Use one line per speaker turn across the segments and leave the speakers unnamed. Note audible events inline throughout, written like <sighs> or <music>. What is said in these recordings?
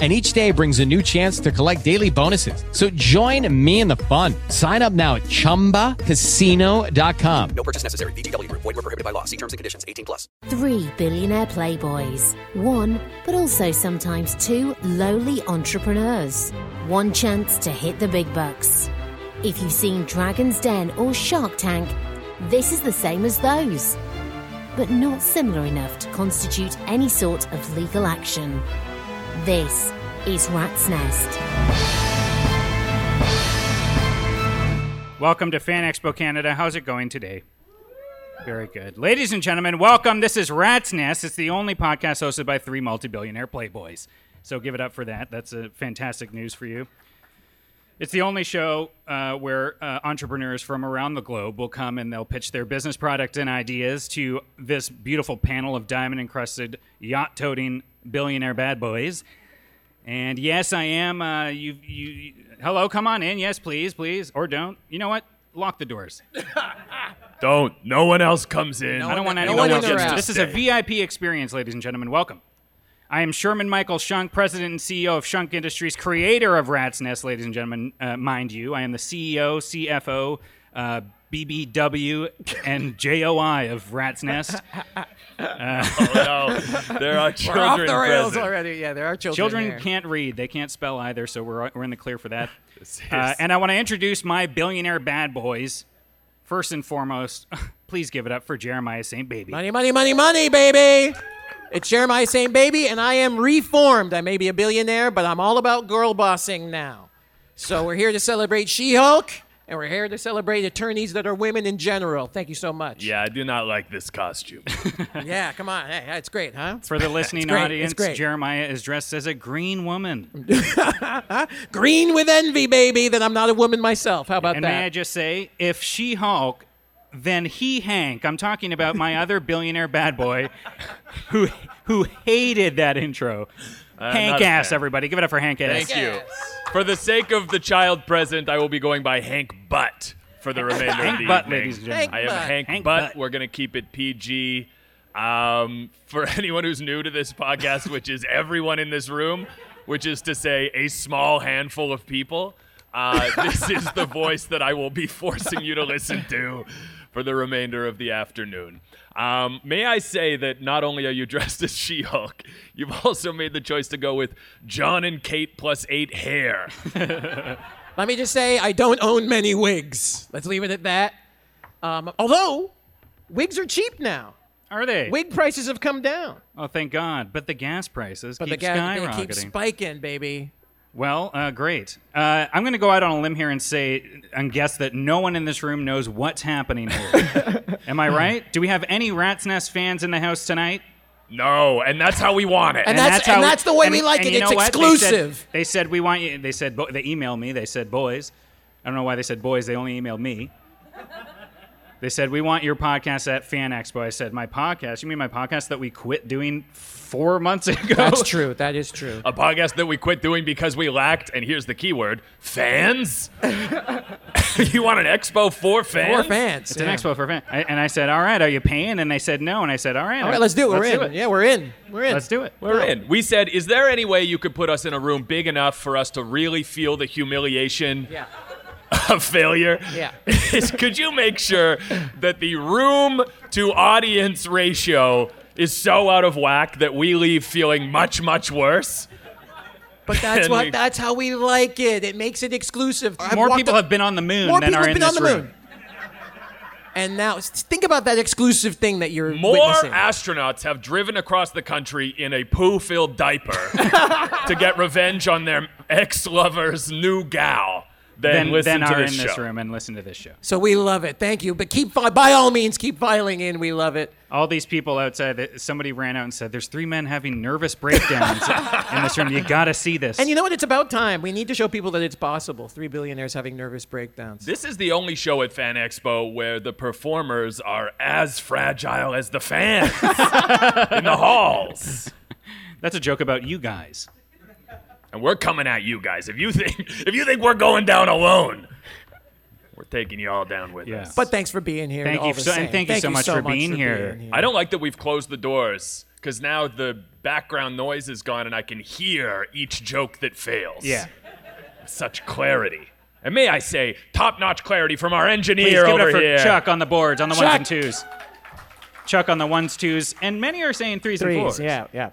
and each day brings a new chance to collect daily bonuses. So join me in the fun. Sign up now at ChumbaCasino.com.
No purchase necessary. VGW Group. Void were prohibited by law. See terms and conditions. 18 plus.
Three billionaire playboys. One, but also sometimes two lowly entrepreneurs. One chance to hit the big bucks. If you've seen Dragon's Den or Shark Tank, this is the same as those, but not similar enough to constitute any sort of legal action. This is Rat's Nest.
Welcome to Fan Expo Canada. How's it going today? Very good. Ladies and gentlemen, welcome. This is Rat's Nest. It's the only podcast hosted by three multi-billionaire playboys. So give it up for that. That's a fantastic news for you. It's the only show uh, where uh, entrepreneurs from around the globe will come and they'll pitch their business product and ideas to this beautiful panel of diamond encrusted, yacht toting billionaire bad boys. And yes, I am. Uh, you, you, you, hello, come on in. Yes, please, please, or don't. You know what? Lock the doors.
<laughs> Don't. No one else comes in.
I don't want
No
anyone
one
else.
gets to
This is a
stay.
VIP experience, ladies and gentlemen. Welcome. I am Sherman Michael Shunk, president and CEO of Shunk Industries, creator of Rat's Nest, ladies and gentlemen. Uh, mind you, I am the E CEO, CFO, uh, BBW, and JOI of Rat's Nest.
Oh, no.
We're
There are
off
children
the rails
present.
already. Yeah, there are children.
Children
here.
can't read; they can't spell either, so we're we're in the clear
<laughs>
for that.
This
Uh,
is-
and I want to introduce my billionaire bad boys. First and foremost, <laughs> please give it up for Jeremiah St. Baby.
Money, money, money, money, baby. It's Jeremiah saying, baby, and I am reformed. I may be a billionaire, but I'm all about girl bossing now. So we're here to celebrate She Hulk, and we're here to celebrate attorneys that are women in general. Thank you so much.
yeah, I do not like this costume. <laughs>
Yeah, come on. Hey, it's great, huh?
<laughs> For the listening
great, <laughs> it's
audience,
great.
Jeremiah is dressed as a green woman.
Green with envy, baby, that I'm not a woman myself. How about
and may I
that?
just say, if she Hulk, then he Hank. I'm talking
<laughs>
about my other billionaire bad boy <laughs> who who hated that intro. Hank
not a
ass,
fan.
everybody. Give it up for Hank ass.
Thank you. For the sake of the child present, I will be going by Hank Butt for the remainder of the
Hank Butt,
evening.
ladies and gentlemen.
I am
Butt.
Hank,
Hank
Butt.
Butt.
We're gonna keep it PG. Um, for <laughs> anyone who's new to this podcast, which is everyone in this room, which is to say a small handful of people, uh, this is the voice that I will be forcing you to listen to for the remainder of the afternoon. Um, may I say that not only are you dressed as She-Hulk, you've also made the choice to go with John and Kate plus eight hair. <laughs>
Let me just say, I don't own many wigs. Let's leave it at that. Um, although, wigs are cheap now.
Are they?
Wig prices have come down.
Oh, thank God. But the gas prices
But
keep
the guy
skyrocketing.
gonna keep spiking, baby.
Well, uh, great. Uh, I'm going to go out on a limb here and say and guess that no one in this room knows what's happening
<laughs>
here. Am I right? Do we have any Rat's Nest fans in the house tonight?
No, and that's how we want it.
And that's- and that's the way we like it.
you
It's
know what? They
exclusive.
said- They said, we want you. They said bo- they emailed me. They said boys. I don't know why they said boys. They only emailed me. They said we want your podcast at Fan Expo. I said my podcast. You mean my podcast that we quit doing four months ago?
<laughs> That's true. That is true.
a podcast that we quit doing because we lacked, and here's the key word, fans? <laughs> you want an expo for fans?
More Oh, fans.
It's an expo for fan. I, and I said, all right, are you paying? And they said no. And I said, all right,
All right, let's do it. We're in.
it.
Yeah, we're in. We're in.
Let's do it.
We're in. We said, is there any way you could put us in a room big enough for us to really feel the humiliation
Yeah.
of failure?
Yeah.
Is- <laughs> could you make sure that the room to audience ratio is so out of whack that we leave feeling much, much worse?
But that's
<laughs>
And
what.
we-
That's how we like it. It makes it exclusive. I've
More
walked
people
up-
have been on the moon
More
than
people
are
have
in
been
this
on the
room.
moon. And now, think about that exclusive thing that you're
More
witnessing.
astronauts have driven across the country in a poo filled diaper <laughs> to get revenge on their ex lover's new gal than,
Then, then
listen to
are in
this
this
show.
room and listen to this show.
so we love it. Thank you. But keep fi- by all means keep filing in. We love it.
All these people outside. that- Somebody ran out and said, "There's three men having nervous breakdowns in this room. You gotta see this."
And you know what? It's about time. We need to show people that it's possible. Three billionaires having nervous breakdowns.
This is the only show at Fan Expo where the performers are as fragile as
<laughs>
the fans in the halls.
That's a joke about you guys.
And we're coming at you guys. If you think if you think we're going down alone, we're taking you all down with
Yeah.
us.
But thanks for being here.
Thank
all
you
the
so- and
same.
thank you so much for being here.
I don't like that we've closed the doors because now the background noise is gone and I can hear each joke that fails.
Yeah.
Such clarity. And may I say, top notch clarity from our
Please
engineer
give it
over
up for
here.
Chuck on the boards, on the ones
Chuck!
and twos. Chuck on the ones, twos, and many are saying threes, and
Threes.
fours.
Yeah, yeah.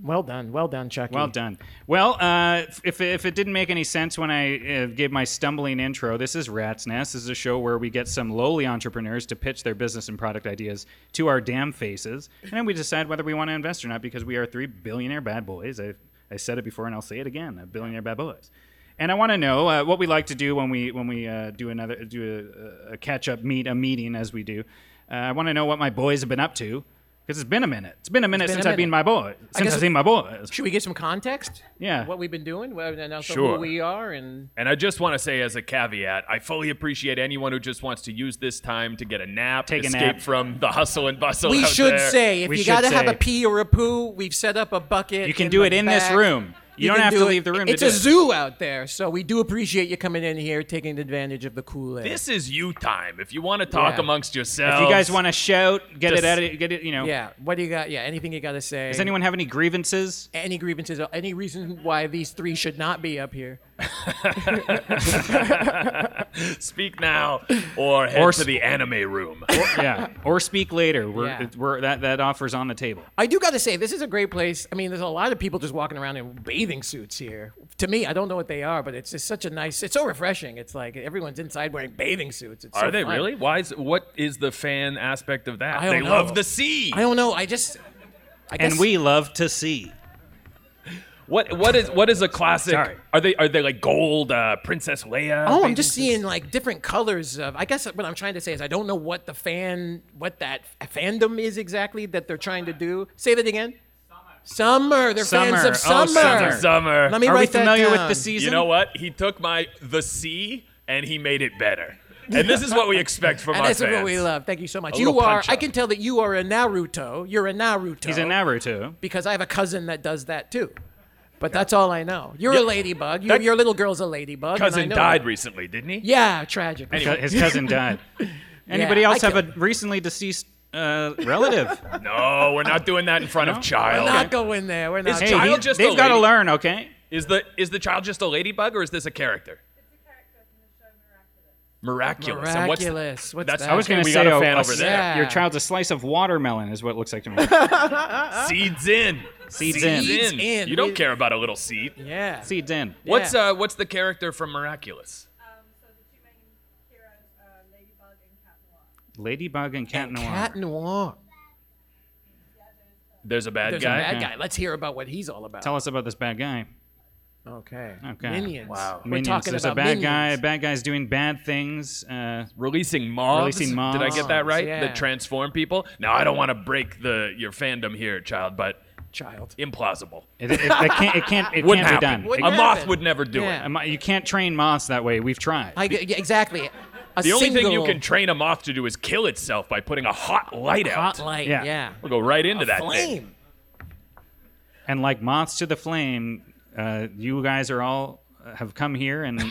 Well done. Well done, Chucky.
Well done. Well, uh, if, if it didn't make any sense when I uh, gave my stumbling intro, this is Rat's Nest. This is a show where we get some lowly entrepreneurs to pitch their business and product ideas to our damn faces, and then we decide whether we want to invest or not because we are three billionaire bad boys. I, I said it before and I'll say it again: uh, billionaire bad boys. And I want to know uh, what we like to do when we when we uh, do another do a, a catch up meet a meeting as we do. Uh, I want to know what my boys have been up to because it's been a minute. It's been a minute
been a
since I've been
minute.
my boy. Since
guess-
I've seen my boys.
Should we get some context?
Yeah.
What we've been doing, what- and also
Sure.
who we are, and
And I just want to say, as a caveat, I fully appreciate anyone who just wants to use this time to get a nap,
Take a
escape
nap.
from the hustle and bustle.
we
out
should
there.
say if
We
you
should
gotta have
say-
a pee or a poo, we've set up a bucket.
You can do
the
it in this
back.
room. You don't
can
have to
do
leave the room to
It's
do
a
it.
zoo out there, so we do appreciate you coming in here, taking advantage of the cool air.
this is you time. If you want to talk
Yeah.
amongst yourselves,
If you guys want to shout, get
Oh, Just-
it out, of, get it. You know,
yeah. What do you got? Yeah. Anything you gotta say?
does anyone have any grievances?
any grievances? Any reason why these three should not be up here?
<laughs> speak now or head
Or
to
sp-
the anime room.
yeah, <laughs> or speak later. We're,
Yeah.
we're that that offers on the table.
I do got to say, this is a great place. I mean, there's a lot of people just walking around in bathing suits here. To me, I don't know what they are, but it's just such a nice. It's so refreshing. It's like everyone's inside wearing bathing suits. It's so
Are they
fun.
really? Why is what is the fan aspect of that?
I don't
they
know.
love the sea.
I don't know. I just. I guess,
And we love to see.
What what is what is a classic?
Sorry.
Are they are they like gold uh, Princess Leia?
Oh, I'm just seeing like different colors of. I guess what I'm trying to say is I don't know what the fan, what that fandom is exactly that they're trying to do. Say that again. Summer. They're fans
Summer.
of
Oh,
summer.
summer.
summer.
Let me
Are we
write that
familiar with
down.
the season?
You know what? He took my the sea and he made it better. And this is what we expect
<laughs>
from
And
our
this
fans.
is what we love. Thank you so much.
A
you
little
are.
punch-up.
I can tell that you are a Naruto. You're a Naruto.
He's in Naruto.
because I have a cousin that does that too. But that's all I know. You're a ladybug. Your, your little girl's a ladybug. and I
Cousin
know
died
that.
recently, didn't he?
Yeah, tragic.
His
<laughs>
cousin died. Anybody
Yeah,
else
I <laughs>
have a recently deceased uh,
<laughs>
relative?
No, we're not doing that in front of child.
Not going there. We're not.
hey,
going-
child
he-
just a
they've got to
lady?
learn. Okay.
Is the is the child just a ladybug or is this a character? Miraculous. And what's the-
Miraculous. What's
that's
that?
I
I was going to
Okay, we
say
got a
oh,
fan over there.
Yeah.
Your child's a slice of watermelon is what it looks like
<laughs>
to me.
Seeds in.
Seeds in.
Seeds in.
You don't care about a little seed.
yeah.
Seeds in.
What's uh what's the character from Miraculous?
Ladybug and Cat Noir.
Cat Noir.
There's a bad
There's
guy.
a bad guy. Let's hear about what he's all about.
Tell us about this bad guy.
okay.
Okay.
Minions. Wow. We're
Minions.
talking
There's
about
a bad
minions.
guy. Bad guy's doing bad things. Uh,
Releasing mobs.
Releasing
Did I
mobs,
get that right?
yeah.
That transform people. Now I don't want to break the your fandom here, child, but
Child.
implausible.
it, it, it can't. It can't. It
Wouldn't
can't be done.
happen.
It-
a
Wouldn't
moth
happen.
would never do
Yeah.
it.
a mo- you can't train moths that way. We've tried.
I, yeah, exactly. A
The only thing you
single
can train a moth to do is kill itself by putting a hot light out.
spotlight.
Yeah.
Yeah.
We'll go right into that.
<laughs>
Thing.
Flame.
and like moths to the flame, uh, you guys are all uh, have come
<laughs>
here and.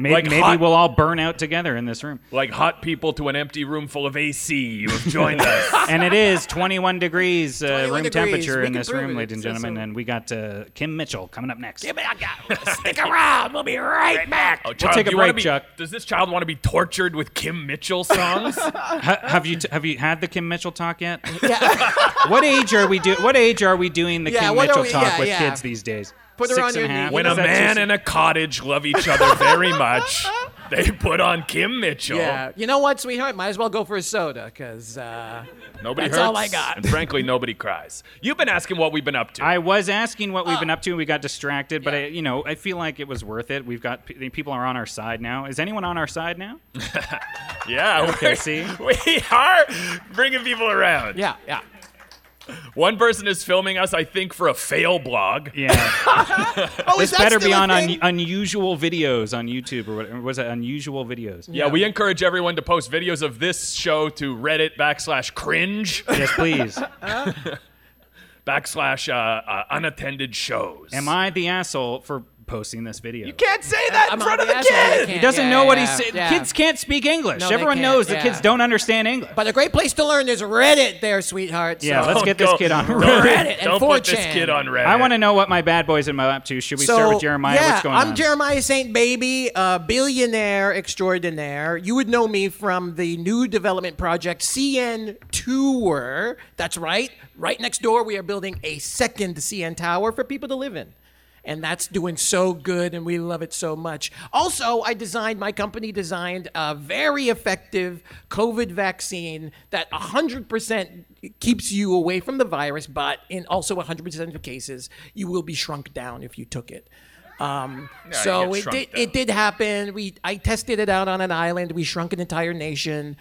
Maybe,
Like
maybe
hot-
we'll all burn out together in this room.
Like hot people to an empty room full of AC. You have
<laughs>
joined us.
And it is 21 degrees uh,
21
room
degrees.
temperature
We
in
can
this
prove
room,
it.
ladies and
It's- it's
gentlemen.
a-
And we got uh, Kim Mitchell coming up next.
Stick
Ah,
around. We'll be right back.
Oh, child,
take a
do you wanna
break,
be-
Chuck.
Does this child want to be tortured with Kim
<laughs>
Mitchell songs?
Ha- have you t- have you had the Kim Mitchell talk yet? what age are we do? What age are we doing the
Yeah,
Kim
what are
Mitchell
we-
talk
yeah,
with
yeah.
kids these days?
Put her
Six
on your
and a half?
knee.
when
Is
a
that too
man
<laughs>
soon?
and a cottage love each other very much, They put on Kim Mitchell.
Yeah. You know what, sweetheart? Might as well go for a soda, because uh,
Nobody
That's
hurts.
all I got.
And frankly, nobody cries. You've been asking what we've been up to.
I was asking what
Oh.
we've been up to, and we got distracted. But I, you know, I feel like it was worth it. We've got p- people are on our side now. Is anyone on our side now?
yeah.
Okay,
we're-
see?
<laughs> We are bringing people around.
yeah, yeah.
One person is filming us, I think, for a fail blog. <laughs>
Yeah,
Oh,
this better be on un- unusual videos on YouTube or whatever. Was it unusual videos?
Yeah, we encourage everyone to post videos of this show to Reddit backslash cringe
Yes, please.
backslash uh, uh, unattended shows.
Am I the asshole for posting this video? You
Can't say that in front of the kid.
He doesn't know what he's saying. Kids can't speak English.
No, they
Everyone
can't,
knows the
yeah.
kids don't understand English.
But a great place to learn is Reddit, there, sweetheart.
yeah,
so-
let's
Don't
get this
go-
kid on
don't-
Reddit.
and
Don't put this
4chan.
kid on Reddit.
I want to know what my bad boys in my lap to. Should we start with Jeremiah?
Yeah,
What's going
I'm
on?
Jeremiah St. Baby, a billionaire extraordinaire. You would know me from the new development project CN Tour. That's right. Right next door, we are building a second CN Tower for people to live in. And that's doing so good, and we love it so much. Also, I designed, my company designed a very effective COVID vaccine that 100% keeps you away from the virus, but in also 100% of cases, you will be shrunk down if you took it. Um, so
get
it
shrunk
did,
down.
it did happen. We I tested it out on an island. We shrunk an entire nation.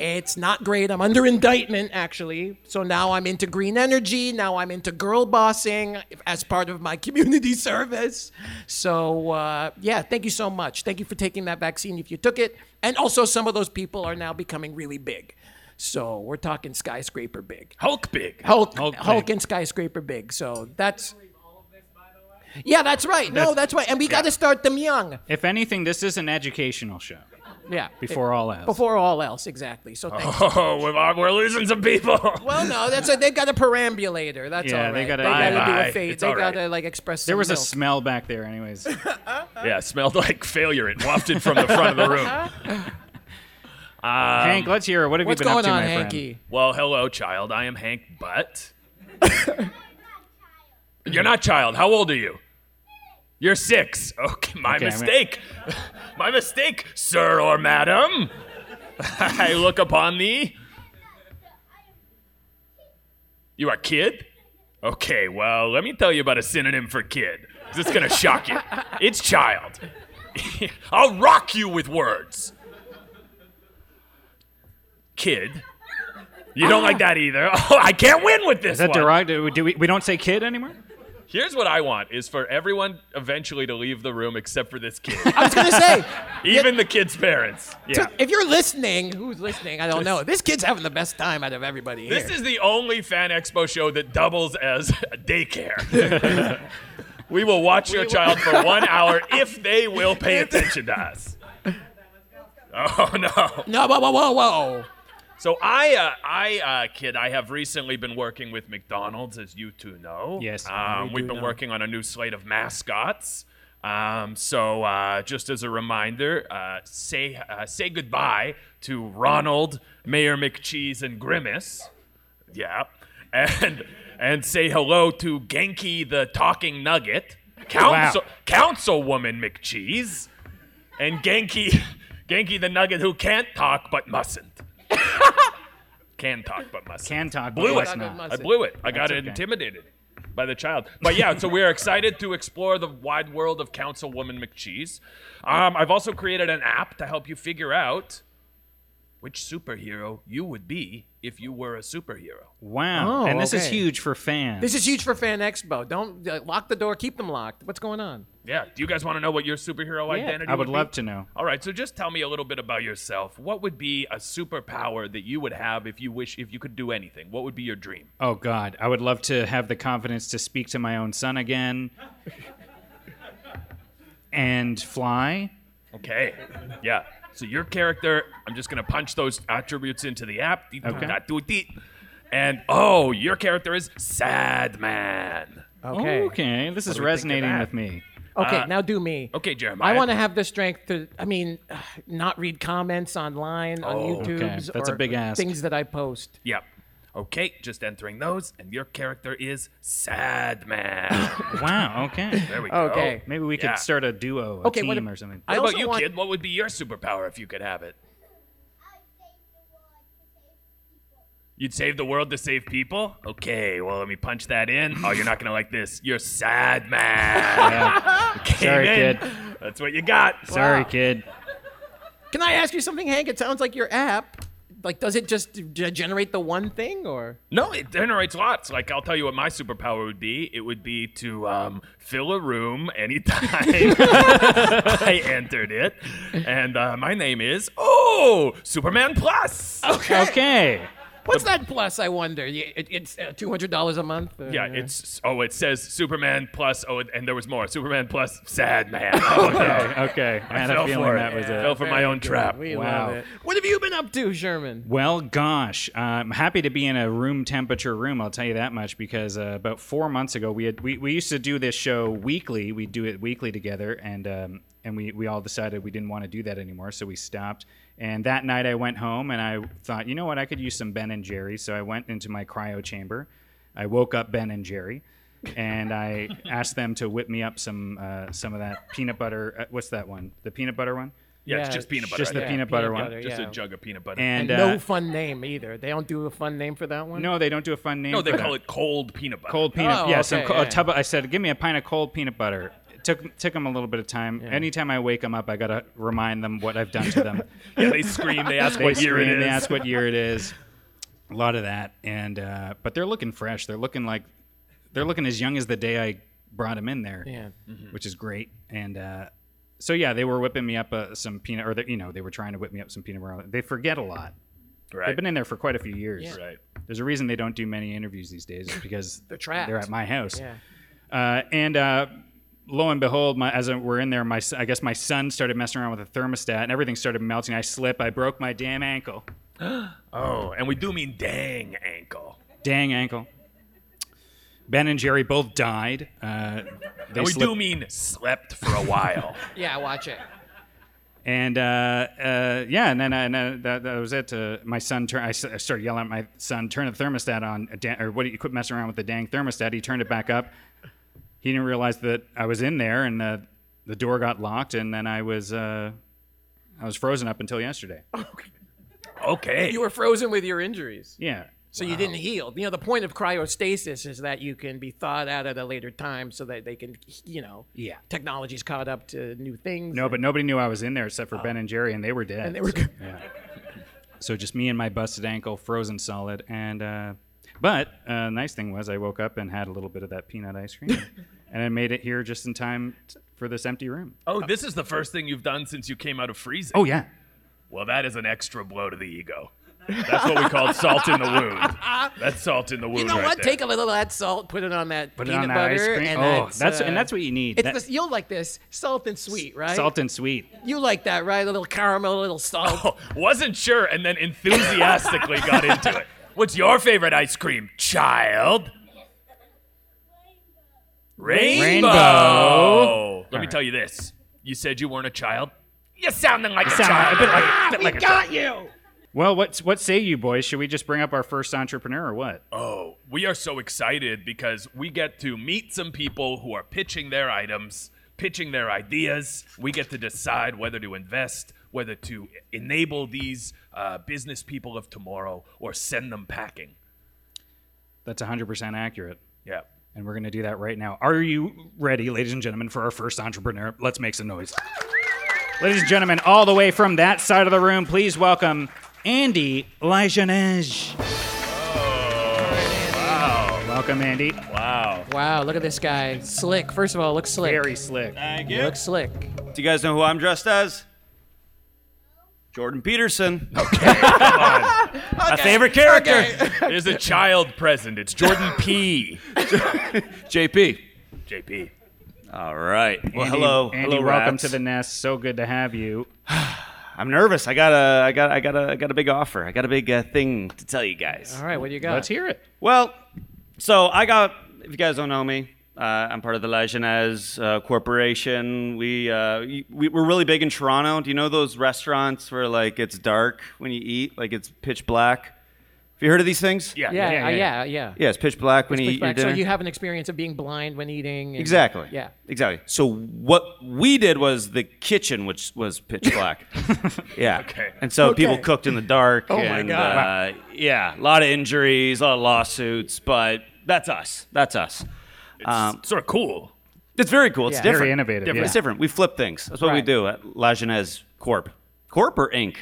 It's not great. I'm under indictment actually. So now I'm into green energy. Now I'm into girl bossing as part of my community <laughs> service. So uh, yeah, thank you so much. Thank you for taking that vaccine if you took it. And also some of those people are now becoming really big. So we're talking skyscraper big.
Hulk big.
Hulk,
Hulk
Hulk,
big.
<laughs>
and skyscraper big. So that's. Yeah, that's right. No, that's right. And we got to start them young.
If anything, this is an educational show.
Yeah.
Before all else.
Before all else, exactly. So thank you.
Oh, we're, we're losing some people.
Well, no, that's a, they've got a perambulator. That's all
Yeah,
right.
they
They got
gotta-
to
Bye,
do
bye.
a fade.
It's
They
all
got
right.
to like express.
There
some
was a
milk.
smell back there, anyways.
yeah, smelled like failure. It wafted from the front of the room. <laughs>
Hank, let's hear it. What have
Um, What's
you been
going
up to,
on,
my
Hanky?
Well, hello, child. I am Hank Butt. You're not child. How old are you? You're six. Okay, my
Okay, I'm-
mistake. <laughs> my mistake, sir or madam. <laughs> I look upon thee. You are kid? Okay, well, let me tell you about a synonym for kid. 'cause It's gonna shock you. It's child. <laughs> I'll rock you with words. Kid. You don't like that either. <laughs> Oh, I can't win with this.
Is that
one.
derogatory? Do we, we don't say kid anymore?
Here's what I want is for everyone eventually to leave the room except for
<laughs>
this kid.
I was going to
<laughs>
say,
Even the kid's parents. Yeah.
to- if you're listening, who's listening? I don't know. This kid's having the best time out of everybody here.
This is the only fan expo show that doubles as a daycare. <laughs> we will watch your child for one <laughs> hour if they will pay attention to us. Oh no.
no, whoa, whoa, whoa, whoa.
So I uh, I uh, kid, I have recently been working with McDonald's, as you two know.
Yes,
um, we've been working on a new slate of mascots. Um, so uh, just as a reminder, uh, say uh, say goodbye to Ronald, Mayor McCheese, and Grimace. Yeah, and and say hello to Genki the Talking Nugget, Council Councilwoman McCheese, and Genki <laughs> Genki the Nugget who can't talk
<laughs>
but mustn't. Can talk but mustn't.
Can talk, but
Blew
must
it.
not.
I blew it. I got
That's okay.
intimidated by the child. But yeah, so we're excited to explore the wide world of Councilwoman McCheese. Um, I've also created an app to help you figure out which superhero you would be if you were a superhero.
Wow.
Oh,
and this is
okay.
huge for fans.
This is huge for Fan Expo. Don't uh, lock the door. Keep them locked. What's going on?
Yeah. Do you guys want to know what your superhero identity?
I would love
be?
to know.
All right. So just tell me a little bit about yourself. What would be a superpower that you would have if you wish if you could do anything? What would be your dream?
Uh,
Oh, God. I would love to have the confidence to speak to my own son again and fly.
Okay. Yeah. So your character, I'm just gonna punch those attributes into the app. Okay. And oh, your character is Sad Man.
Okay.
Oh, Okay. Uh, This is
do we think of
resonating
that?
with me.
Okay, now do me.
Okay, Jeremiah.
I want to have the strength to, I mean, <sighs> not read comments online, on YouTube,
That's a big ask.
things that I post.
Yeah. Okay, just entering those, and your character is Sad Man.
Wow. Okay.
<laughs> there we go.
Okay.
Maybe we
Yeah.
could start a duo, a
Okay,
team,
what ab-
or something.
I
How about
also
you,
want-
kid? What would be your superpower if you could have it? You'd save the world to save people? Okay, well, let me punch that in. Oh, you're not going to like this. You're sad, man. <laughs> Came
Sorry,
in.
kid.
That's what you got.
Sorry, kid.
Can I ask you something, Hank? It sounds like your app. Like, does it just g- generate the one thing, or
No, it generates lots. Like, I'll tell you what my superpower would be. It would be to um, fill a room
<laughs>
anytime <laughs> I entered it. And uh, my name is, oh, Superman Plus.
Oh,
<laughs>
Okay.
what's that plus? I wonder. Y- it- it's uh, two hundred dollars a month. or-
Yeah,
Uh-huh.
it's oh, it says Superman plus oh, and there was more Superman plus Sad
<laughs>
Man. Okay,
Okay. I, had a
fell
feeling
for
that
it.
was it.
Fell for my own trap.
We
Wow.
love it. What have you been up to, Sherman?
Well, gosh, uh, I'm happy to be in a room temperature room. I'll tell you that much because uh, about four months ago, we had we, we used to do this show weekly. We would do it weekly together, and um, and we we all decided we didn't want to do that anymore, so we stopped. And that night, I went home and I thought, you know what, I could use some Ben and Jerry. So I went into my cryo chamber. I woke up Ben and Jerry, and
<laughs>
I asked them to whip me up some uh, some of that peanut butter. Uh, what's that one? The peanut butter one.
Yeah, it's
Yeah,
just peanut
it's
butter.
just the
I think.
peanut butter one.
Just
yeah.
a jug of peanut butter.
And, uh,
no fun name either. They don't do a fun name for that one.
no, they don't do a fun name.
no, they
for that.
call it cold peanut butter.
Cold peanut.
Oh,
yeah, some
okay,
co-
yeah.
a tub. Of, I said, give me a pint of cold peanut butter. It took took them a little bit of time. Anytime I wake them up, I gotta remind them what I've done to them.
Yeah, they scream. They ask
<laughs> They
what year
scream,
it is.
They ask what year it is. A lot of that, and uh, but they're looking fresh. They're looking like they're looking as young as the day I brought them in there,
Yeah.
which is great. And uh, so yeah, they were whipping me up uh, some peanut, or they, you know, they were trying to whip me up some peanut butter. They forget a lot.
right.
They've been in there for quite a few years.
right.
There's a reason they don't do many interviews these days is because they're
trapped.
They're at my house.
Yeah.
Uh, and uh, lo and behold, my, as I- we're in there, my s- I guess my son started messing around with the thermostat, and everything started melting. I slip. I broke my damn ankle.
Oh, and we do mean dang ankle.
Dang ankle. Ben and Jerry both died. Uh, they
And we
slipped-
do mean slept for a
<laughs>
while.
Yeah, watch it.
And uh, uh, yeah, and then, I, and then that, that was it. Uh, my son turned. I s- I started yelling at my son, "Turn the thermostat on, uh, da- or what? do You quit messing around with the dang thermostat." He turned it back up. He didn't realize that I was in there, and the the door got locked, and then I was uh, I was frozen up until yesterday.
Okay.
You were frozen with your injuries,
Yeah,
so you didn't heal. You know, the point of cryostasis is that you can be thawed out at a later time, so that they can, you know,
yeah.
technology's caught up to new things.
No, but nobody knew I was in there except for Ben and Jerry, and they were dead.
Oh. and they were.
<laughs> So just me and my busted ankle, frozen solid. And uh, but uh, nice thing was I woke up and had a little bit of that peanut
<laughs>
ice cream, and I made it here just in time t- for this empty room.
oh, this is the first thing you've done since you came out of freezing.
Oh yeah,
Well, that is an extra blow to the ego. That's what we call salt in the wound. That's salt in the wound.
You know
right
what?
There.
Take a little of that salt, put it on that
put it
peanut
on that
butter,
ice cream.
and
oh,
that's,
that's
uh,
and that's what you need.
It's
That-
this, you'll like this salt and sweet, right?
Salt Oh. and sweet.
You like that, right? A little caramel, a little salt.
<laughs> wasn't sure and then enthusiastically got into it. What's your favorite ice cream, child? Rainbow. Let me tell you this. You said you weren't a child. You're sounding like a child.
a bit like-
Ah, we got you.
Well, what what say you boys? Should we just bring up our first entrepreneur or what?
Oh, we are so excited because we get to meet some people who are pitching their items, pitching their ideas. We get to decide whether to invest, whether to enable these uh, business people of tomorrow or send them packing.
That's 100% accurate.
Yeah.
And we're going to do that right now. Are you ready, ladies and gentlemen, for our first entrepreneur? Let's make some noise. ladies and gentlemen, all the way from that side of the room, please welcome Andy Lajeunesse. Oh, wow. Welcome, Andy.
Wow.
Wow, look at this guy. Slick. First of all, looks slick.
Very slick.
Thank
He
you.
looks slick.
Do you guys know who I'm dressed as? Jordan Peterson. <laughs> My favorite character. <laughs>
There's a child present. It's
<laughs>
Jordan P.
JP.
JP.
All right. Well,
Andy-
hello.
Andy,
hello,
welcome
rats.
to the nest. So good to have you.
<sighs> I'm nervous. I got a, I got, I got a, I got a big offer. I got a big uh, thing to tell you guys.
All right, what do you got?
Let's hear it.
Well, so I got, if you guys don't know me, uh, I'm part of the La Jeunesse uh, Corporation. We, uh, we, we're really big in Toronto. Do you know those restaurants where, like, it's dark when you eat? Like, it's pitch black?
Have you heard of these things?
Yeah, Yeah, yeah, yeah, yeah, yeah. yeah.
Yeah, it's pitch black when
It's
you
pitch
eat your
black,
dinner.
So you have an experience of being blind when eating. and-
Exactly.
Yeah.
Exactly. So what we did was the kitchen, which was pitch <laughs> black. yeah.
Okay.
And so people
Okay.
cooked in the dark.
Oh my
and,
God.
Uh, yeah, a lot of injuries, a lot of lawsuits, but that's us. That's us. It's
sort of cool.
uh,
It's very cool. It's
Yeah. Very
different.
innovative,
Different.
yeah.
It's different. We flip things. That's what we
Right.
do at La Jeunesse Corp. Corp or Inc.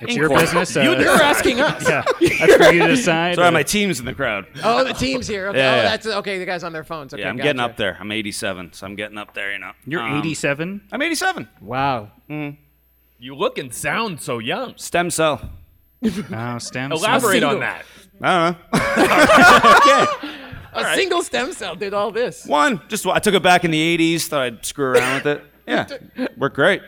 It's
Inc.
your
Corp.
business, uh,
You do- <laughs>
You're asking us.
Yeah. That's for you to decide.
Sorry, my team's in the crowd.
Oh, the team's here. Okay.
Yeah,
oh,
yeah.
that's okay. The guys on their phones. Okay,
yeah, I'm getting
gotcha.
up there. I'm 87, so I'm getting up there. You know.
You're
Um,
87.
I'm 87.
Wow.
You look and sound so young.
Stem cell.
Oh, stem
cells. Elaborate on that.
I don't know. okay.
A single stem cell did all this.
One. Just one. I took it back in the 80s. Thought I'd screw around with it. Yeah. Worked great.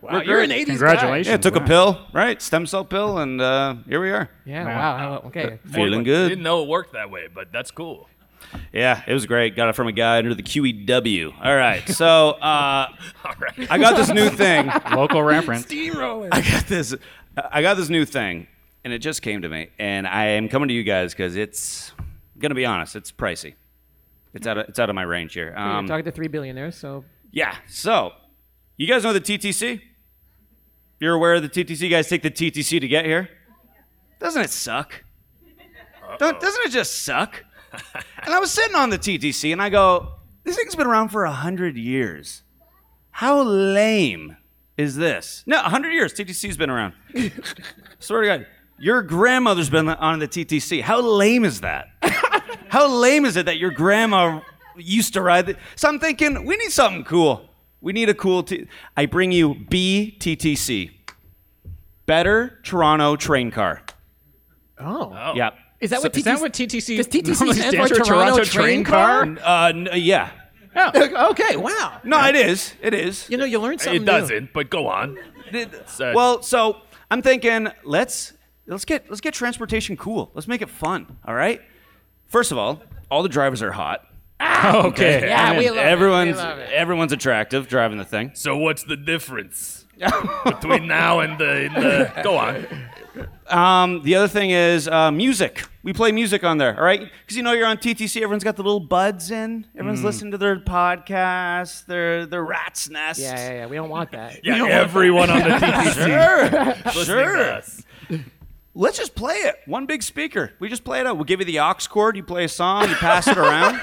Wow,
Worked
you're
great.
an 80s guy.
Yeah, took a pill, right? Stem cell pill, and uh, here we are.
Yeah. Wow. wow. Okay.
Feeling good.
Didn't know it worked that way, but that's cool.
Yeah, it was great. Got it from a guy under the QEW. All right, so uh,
All right.
I got this new thing.
Local reference.
Steamroller.
I got this. I got this new thing, and it just came to me. And I am coming to you guys because it's I'm gonna be honest. It's pricey. It's out of it's out of my range here.
You're
Um,
talking to three billionaires, so
yeah. So, you guys know the TTC? You're aware of the TTC? You guys take the TTC to get here? Doesn't it suck? Don't, doesn't it just suck? and I was sitting on the TTC and I go, this thing's been around for 100 years. How lame is this? No, 100 years. TTC's been around. Swear to God. Your grandmother's been on the TTC. How lame is that? How lame is it that your grandma used to ride it? So I'm thinking, we need something cool. We need a cool. T- I bring you BTTC, Better Toronto Train Car.
Oh.
Yeah.
Is that what
is
TTC?
that what TTC
Does
<laughs>
TTC
normally
stand
stands
for Toronto Train Car?
Uh, n- yeah.
<laughs> okay. Wow.
No, it is. It is.
You know, you learned something.
it
new.
doesn't, but go on. So-
<laughs>
<laughs>
Well, so I'm thinking, let's let's get let's get transportation cool. Let's make it fun. All right. First of all, all the drivers are hot.
Okay.
Yeah, we love it, we
everyone's
love it.
everyone's attractive driving the thing.
so what's
<laughs>
the difference between now and the, and the go on?
Um, the other thing is uh, music. We play music on there, all right? Because you know you're on TTC. Everyone's got the little buds in. Everyone's listening to their podcast, their their rat's nest.
Yeah, yeah, yeah. We don't want <laughs> that.
Yeah, everyone on
<laughs>
the TTC.
<laughs> Sure,
listening to
sure.
us.
Let's just play it. One big speaker. We just play it out. We'll give you the aux cord. You play a song. You pass it around.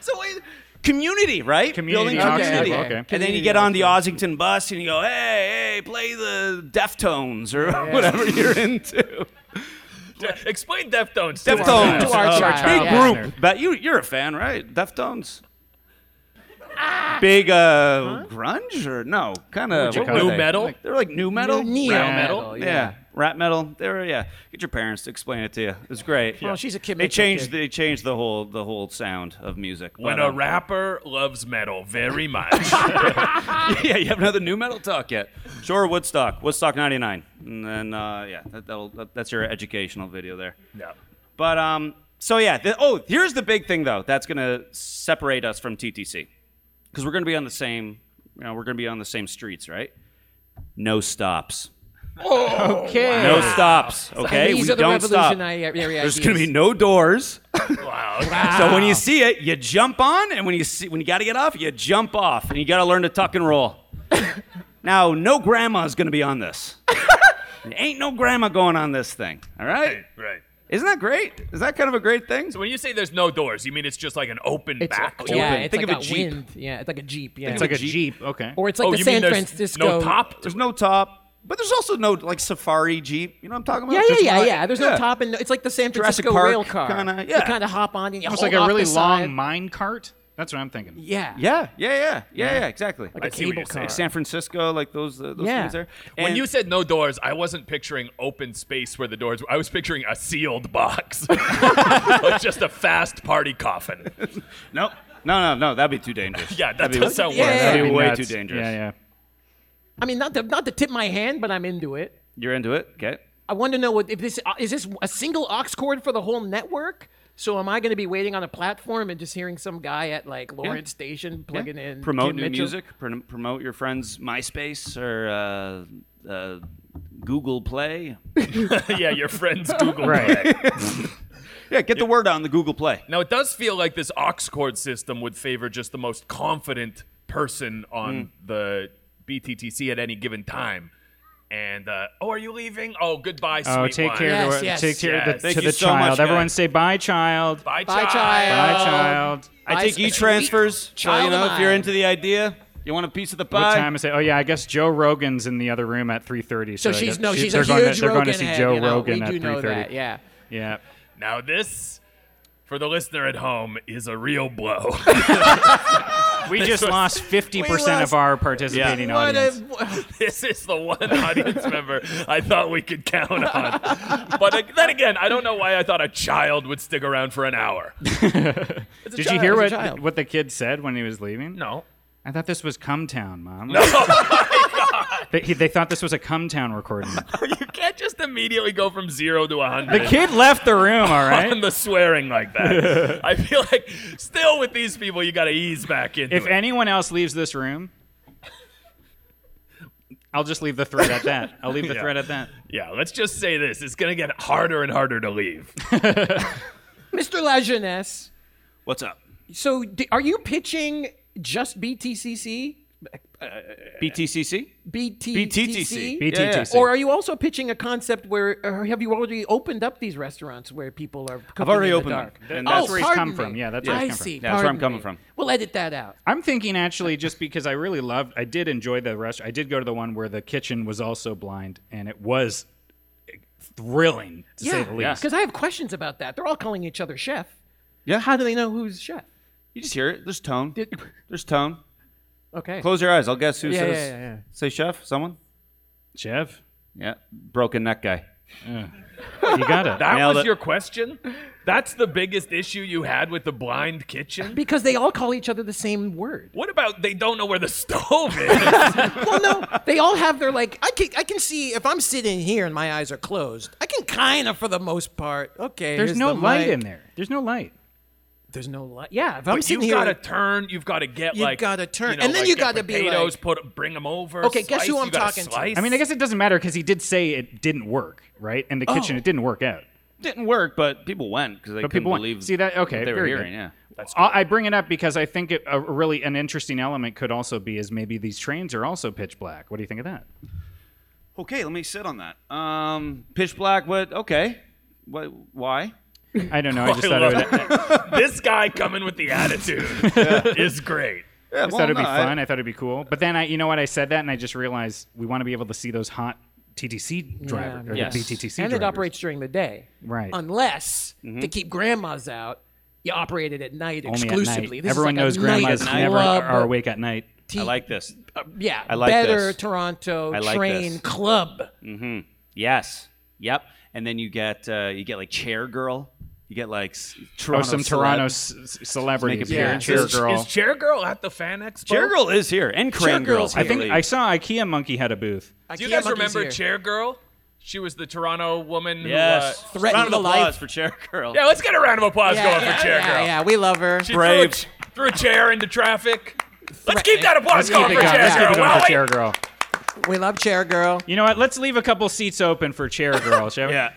so wait, community, right?
Community
Building
aux cord,
community.
okay.
And then you
Community
get on the
aux
Ossington bus and you go, hey, hey, play the Deftones or <laughs> whatever you're into.
Explain Deftones. to us.
Deftones.
To our
Uh,
child,
Big
Oh, yeah.
group. But you, you're a fan, right? Deftones. Big uh, grunge or no? Kind of
you call
New metal.
They're like new metal,
neo
Rap
metal,
yeah.
yeah.
rap metal. They were yeah. Get your parents to explain it to you. It was great.
Well, she's a Kid
They
Mitchell
changed.
kid. Oh,
They changed the whole the whole sound of music.
When
But,
a
um,
rapper loves metal very
<laughs>
<laughs>
much. <laughs>
yeah, you haven't had the new metal talk yet. Sure, Woodstock, Woodstock '99, and then uh, yeah, that, that'll, that, that's your educational video there.
no.
But um, so yeah. The, oh, here's the big thing though. That's gonna separate us from TTC because we're gonna be on the same. You know, we're gonna be on the same streets, right? No stops. Oh,
Okay.
No stops. Okay,
These
we
are the
don't stop.
revolutionary ideas. Ah.
There's gonna be no doors.
Wow.
So when you see it, you jump on, and when you see when you gotta get off, you jump off, and you gotta learn to tuck
<laughs>
and roll. now, no grandma's gonna be on this. Ain't no grandma going on this thing. All right?
Right.
Isn't that great? Is that kind of a great thing?
So when you say there's no doors, you mean it's just like an open
It's,
back door?
yeah,
open.
it's
Think
like
of
a
a Jeep.
Jeep. Yeah, it's like a Jeep. Yeah.
It's like a Jeep. Okay.
Or it's like
oh,
the
you
San
mean there's
Francisco.
no top?
There's no top, but there's also no like safari jeep. You know what I'm talking about?
Yeah, yeah,
Just
yeah,
like-
yeah. There's no top, and no, it's like the San
Jurassic
Francisco
Park
rail car.
kinda,
You
yeah.
kind of hop on and you
Almost
hold
like a
off
really
the
long
side.
mine cart. That's what I'm thinking.
Yeah.
Yeah, yeah, yeah, yeah, yeah, exactly.
Like a
see what
cable
you're saying.
car.
San Francisco, like those, uh, those
Yeah.
things there.
When
And-
you said no doors, I wasn't picturing open space where the doors were. I was picturing a
<laughs>
sealed box. like just a fast party coffin.
Nope. No, no, no. That'd be too dangerous.
Yeah, that
That'd be-
does
<laughs>
sound
Yeah,
worse.
yeah,
That'd be
yeah.
way
Nuts.
too dangerous.
Yeah, yeah.
I mean, not to not to tip my hand, but I'm into it.
You're into it? Okay.
I want to know what if this uh, is this a single aux cord for the whole network. So am I going to be waiting on a platform and just hearing some guy at like Lawrence Station plugging in
Promote
Kim
new
Mitchell?
music. Pr- promote your friends' MySpace or uh, uh,
Google Play.
<laughs> yeah,
<laughs>
your friend's Google Play.
yeah, get the word on the Google Play.
Now it does feel like this aux cord system would favor just the most confident person on
Hmm.
the BTTC at any given time. And uh, oh, are you leaving? Oh, goodbye,
Oh,
sweet
take
one.
care, to, take care to
Yes.
the,
Thank
to
you
the
so much,
child.
guys.
Everyone say bye, child.
Bye,
Bye,
child.
child.
Bye, child.
I take e transfers. So you know, if you're into the idea, you want a piece of the pie.
What time is it? Oh yeah, I guess Joe Rogan's in the other room at 3:30.
So
I
she's
guess
no,
she-
she's
they're
a huge
going to, They're
Rogan
going to see
head,
Joe
you know,
Rogan
we
at
do
3:30.
know that, yeah. <laughs>
Yeah.
Now this, for the listener at home, is a
<laughs>
real blow.
<laughs> We just lost 50% of
lost-
our participating
What
audience.
a,
this is the one audience member I thought we could
<laughs>
count on. But uh, then again, I don't know why I thought a child would stick around for an hour.
Did you hear
it's a
what
child.
what the kid said when he was leaving?
<laughs> No.
I thought this was Come Town, Mom. They, he- they thought this was a Come Town recording.
You can't just immediately go from zero to
The
a 100.
kid left the room, all
on
right?
the swearing
<laughs>
like that. I feel like still with these people, you got to ease back into
If
it.
anyone else leaves this room, I'll just leave the thread at that.
<laughs>
I'll leave the
Yeah.
thread at that.
yeah, let's just say this: it's gonna get harder and harder to leave.
Mr. Lajeunesse,
What's up?
so d- are you pitching just BTCC?
BTCC?
BTTC?
BTTC.
BTTC.
Or are you also pitching a concept where, or have you already opened up these restaurants where people are? cooking
already
in the
opened them,
dark?
and
Oh,
that's where
he's come
pardon
from.
me.
Yeah, that's where he's
I
come from.
see.
Yeah, that's where I'm
Pardon
coming
me.
from.
We'll edit that out.
I'm thinking actually just because I really loved, I did enjoy the rush. I did go to the one where the kitchen was also blind, and it was thrilling to say the least.
Because I have questions about that. They're all calling each other chef.
Yeah.
How do they know who's chef?
You just hear it. There's tone. There's tone.
Okay.
Close your eyes. I'll guess who
Yeah,
says.
yeah, yeah, yeah.
Say chef. Someone.
Jeff,
Yeah. Broken neck guy.
you got it.
That
Nailed
was
it.
your question. That's the biggest issue you had with the blind kitchen.
Because they all call each other the same word.
What about they don't know where the
<laughs>
stove is?
well, no,
<laughs>
they all have their like. I can I can see if I'm sitting here and my eyes are closed. I can kind of, for the most part. Okay.
There's
here's
no
the
light
mic.
in there. There's no light.
There's no light. Yeah. If I'm
but
sitting
you've
here,
got to turn. You've got to get
You've
like.
gotta turn.
know,
And then
like,
you
get
gotta be
potatoes.
like-
put bring them over.
Okay, guess
slice,
who I'm
you gotta
talking to?
slice.
I mean, I guess it doesn't matter because he did say it didn't work, right? In the kitchen, it didn't work out.
Oh. Didn't work, but people went because they
But
couldn't
people went-
believe.
see that.
what
Okay,
They were
very
hearing.
good.
Yeah.
I I bring it up because I think it, a really an interesting element could also be is maybe these trains are also pitch black. What do you think of that?
Okay. Let me sit on that. Um. Pitch black. What? Okay. What? <laughs> Why?
I don't know. I just thought
love
it would,
<laughs> this guy coming with the attitude is great.
Yeah,
I
well,
thought it'd be
no, I-
fun. I, thought it'd be cool. But then I, you know what? I said that, and I just realized we want to be able to see those hot TTC drivers or
Yes.
the BTTC
and
drivers.
it operates during the day,
Right.
Unless
Mm-hmm.
to keep grandmas out, you operate it at night
Only at
exclusively.
night.
This is
Everyone
like a
knows
night
grandmas
club, uh,
never are, are awake at night.
I like this.
Yeah,
I like
better
this.
Toronto
I like
train
this.
club.
Yes. Yep. And then you get uh, you get like chair girl. You get like s-
Oh,
Toronto
some
celebs.
Toronto c-
Make
celebrities. Yeah.
appearances.
Cheer
Is-
girl.
Is Chair Girl at the Fan Expo?
Chair girl is here and crane girl.
Girl's
I think I saw IKEA monkey had a booth.
Uh,
Do you guys remember
here.
Chair Girl? She was the Toronto woman.
Yes.
Who, uh,
Threatened
Round of
the
applause
life.
for chair girl.
yeah, let's get a round of applause going
yeah,
for Chair
yeah,
Girl.
yeah, we love her.
She
Brave.
Threw a, ch- threw a chair into traffic. Let's keep that applause
Let's keep
going
it
for
going.
Chair
Let's
Girl.
keep it going
Well,
for
wait.
chair girl.
We love Chair Girl.
You know what? Let's leave a couple seats open for chair girl, shall we?
Yeah.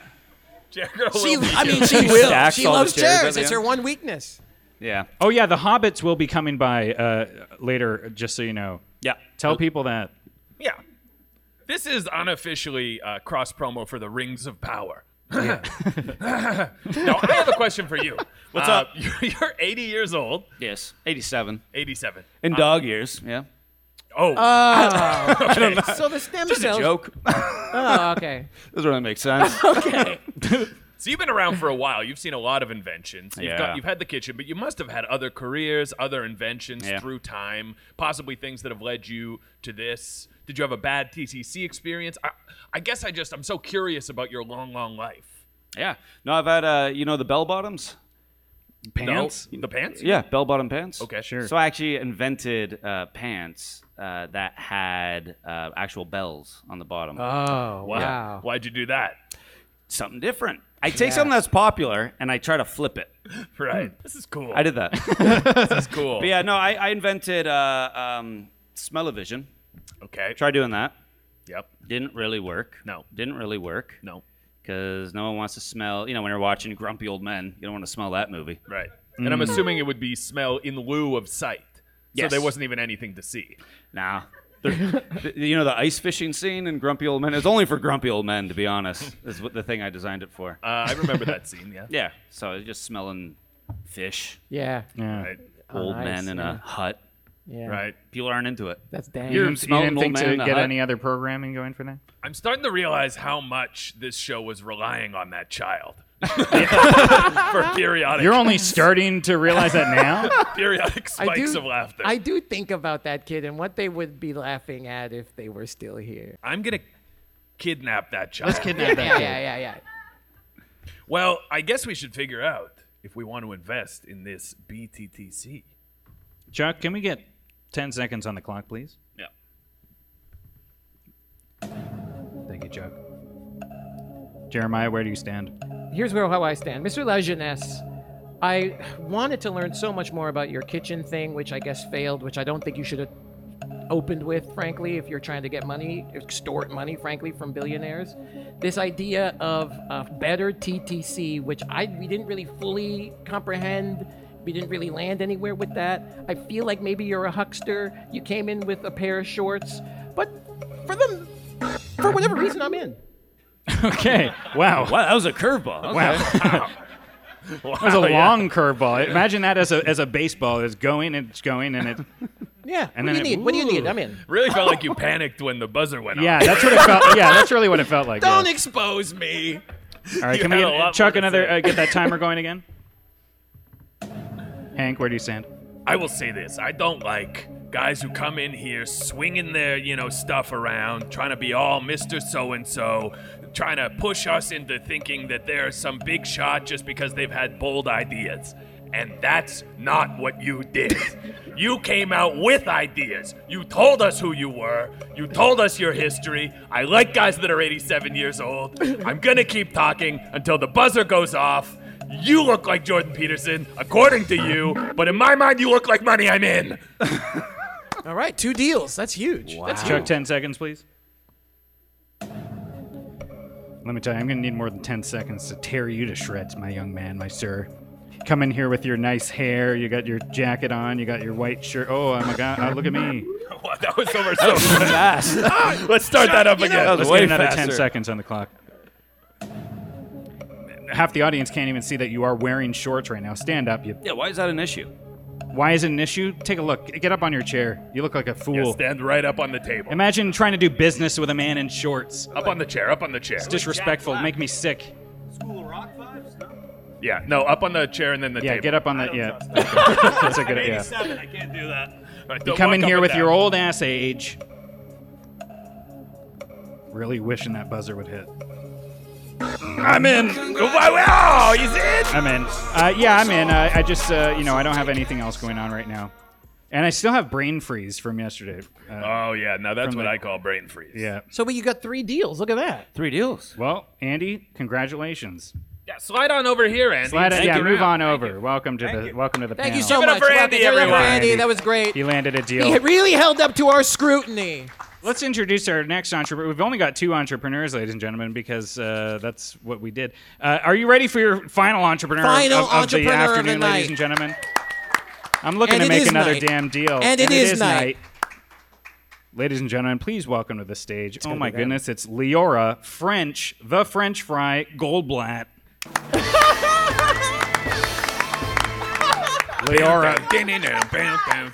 Chair Girl
She,
will be
I
<laughs> here.
mean, she will.
stacks
She
all the
loves
chairs at
chairs.
the
It's her
end.
one weakness.
Yeah.
Oh yeah, the hobbits will be coming by uh, later. Just so you know.
Yeah.
Tell people that.
Yeah. This is unofficially uh, cross promo for the Rings of Power. <laughs>
<laughs>
no, I have a question for you. What's
up?
You're, <laughs> you're 80 years old,
Yes. 87.
87.
In dog years. Yeah.
Oh,
So the stem
Just
cells.
a joke.
<laughs> Oh, okay.
Doesn't really make sense.
<laughs> so you've been around for a while. You've seen a lot of inventions. You've,
Yeah.
got, you've had the kitchen, but you must have had other careers, other inventions
Yeah.
through time, possibly things that have led you to this. Did you have a bad TCC experience? I, I guess I just, I'm so curious about your long, long life.
yeah. No, I've had uh, you know the bell bottoms.
Pants.
No, the pants?
Yeah, bell bottom pants.
Okay, sure.
So I actually invented uh, pants uh, that had uh, actual bells on the bottom.
Ah.
Oh, wow.
Why'd you do that?
something different. I take something that's popular and I try to flip it.
Right. This is cool.
I did
<laughs>
that.
This is cool.
but yeah, no, I, I invented uh, um, smell-o-vision.
Okay.
Try doing that.
Yep.
Didn't really work.
No.
Didn't really work.
No.
Because no one wants to smell, you know, when you're watching Grumpy Old Men, you don't want to smell that movie.
Right. And I'm assuming it would be smell in lieu of sight.
Mm. Yes.
So there wasn't even anything to see.
Nah.
<laughs>
There- th- you know, the ice fishing scene in Grumpy Old Men? It's only for Grumpy Old Men, to be honest, is what the thing I designed it for.
Uh, I
<laughs>
remember that scene, yeah.
yeah. So it's just smelling fish,
Yeah.
Right.
old
ice,
men in
Oh, yeah.
a hut.
Yeah.
Right.
People aren't into it.
That's dang.
You're
You didn't, you
smelling
didn't
old
think
man
to
in a
get
hut.
any other programming going for that?
I'm starting to realize how much this show was relying on
<laughs>
that child for periodic
You're only starting to realize that now.
<laughs>
periodic
I
spikes
do,
of laughter.
I do think about that kid and what they would be laughing at if they were still here.
I'm gonna kidnap that child. Let's
Kidnap that
Yeah,
kid.
yeah, yeah, yeah.
Well, I guess we should figure out if we want to invest in this BTTC.
Chuck, can we get 10 seconds on the clock, please?
Yeah.
Thank you, Chuck. Jeremiah, where do you stand?
<laughs>
here's where how I stand, Mr. Lajeunesse. I wanted to learn so much more about your kitchen thing, which I guess failed, which I don't think you should have opened with, frankly, if you're trying to get money, extort money, frankly, from billionaires. This idea of a better TTC, which I we didn't really fully comprehend. We didn't really land anywhere with that. I feel like maybe you're a huckster. You came in with a pair of shorts, but for them, for whatever reason, I'm in.
Okay. <laughs> Wow.
Wow, that was a curveball. Okay.
Wow. <laughs> That was a long curveball. Imagine that as a as a baseball. It's going and it's
<laughs>
going and it.
Yeah.
And
what do
then
you
it-
need? What do you need?
ooh.
I'm in.
Really felt like you panicked when the buzzer went off.
Yeah, that's what it felt. Yeah, that's really what it felt like.
Don't
yeah.
expose me.
All right,
you
can we
had a lot more
get, Chuck
to
another
say.
uh, get that
<laughs>
timer going again? Hank, where do you stand?
I will say this: I don't like guys who come in here swinging their, you know, stuff around, trying to be all Mr. So and So, trying to push us into thinking that they're some big shot just because they've had bold ideas. And that's not what you did. you came out with ideas. You told us who you were. You told us your history. I like guys that are 87 years old. I'm going to keep talking until the buzzer goes off. You look like Jordan Peterson, according to you, but in my mind, you look like money I'm in.
All right, two deals. That's huge. That's
Chuck, 10 seconds, please. Let me tell you, I'm going to need more than 10 seconds to tear you to shreds, my young man, my sir. Come in here with your nice hair. You got your jacket on. You got your white shirt. Oh, my God. Oh, look at me.
<laughs> Wow, that was over so fast. <laughs> Let's start that up again.
know-
Let's
Way
get another
faster.
10 seconds on the clock. Half the audience can't even see that you are wearing shorts right now. Stand up. You.
Yeah, why is that an issue?
Why is it an issue? Take a look. Get up on your chair. You look like a fool.
Yeah, stand right up on the table.
Imagine trying to do business with a man in shorts.
up on the chair, up on the chair.
It's disrespectful. Make me sick.
yeah, no, up on the chair and then the
Yeah,
table.
get up on that. Yeah, <laughs> that's a good idea.
I can't do that.
You come in here with your old ass age. Really wishing that buzzer would hit. I'm in.
Oh, you see it?
I'm in. Uh, yeah, I'm in. Uh, I just, uh, you know, I don't have anything else going on right now, and I still have brain freeze from yesterday. Uh,
Oh, yeah, now that's
From
what
the-
I call brain freeze.
yeah.
So, but you got three deals. Look at that.
Three deals.
Well, Andy, congratulations.
Yeah, slide on over here, Andy.
Glad.
Thank
yeah,
you.
move on over. Welcome to the welcome to the
Thank
panel.
you so
Give it up
much.
for
Wow,
Andy,
give it up for
everyone.
Andy. That was great.
He landed
<laughs>
a deal.
He really held up to our scrutiny.
Let's introduce our next entrepreneur. We've only got two entrepreneurs, ladies and gentlemen, because uh, that's what we did. Uh, are you ready for your final entrepreneur
Final
of, of
entrepreneur
the
of the
afternoon, ladies
night.
and gentlemen? I'm
And
looking to
it
make
is
another
night.
damn deal.
And it is night.
Ladies and gentlemen, please welcome to the stage. oh my goodness, it's Leora French, the French fry Goldblatt. Leora,
Who wants some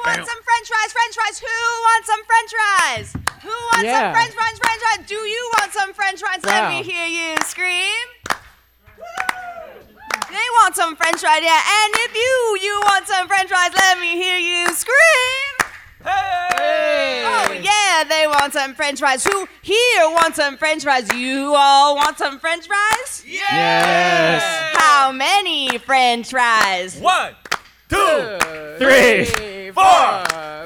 french fries? French fries? Who wants some french fries? Who wants
Yeah.
some french fries? French fries? Do you want some french fries?
Wow.
Let me hear you scream. They want some french fries, yeah. And if you, you want some french fries, let me hear you scream. Oh, yeah, they want some french fries. Who here wants some french fries? You all want some french fries?
yes,
How many french fries?
One, two,
three,
four,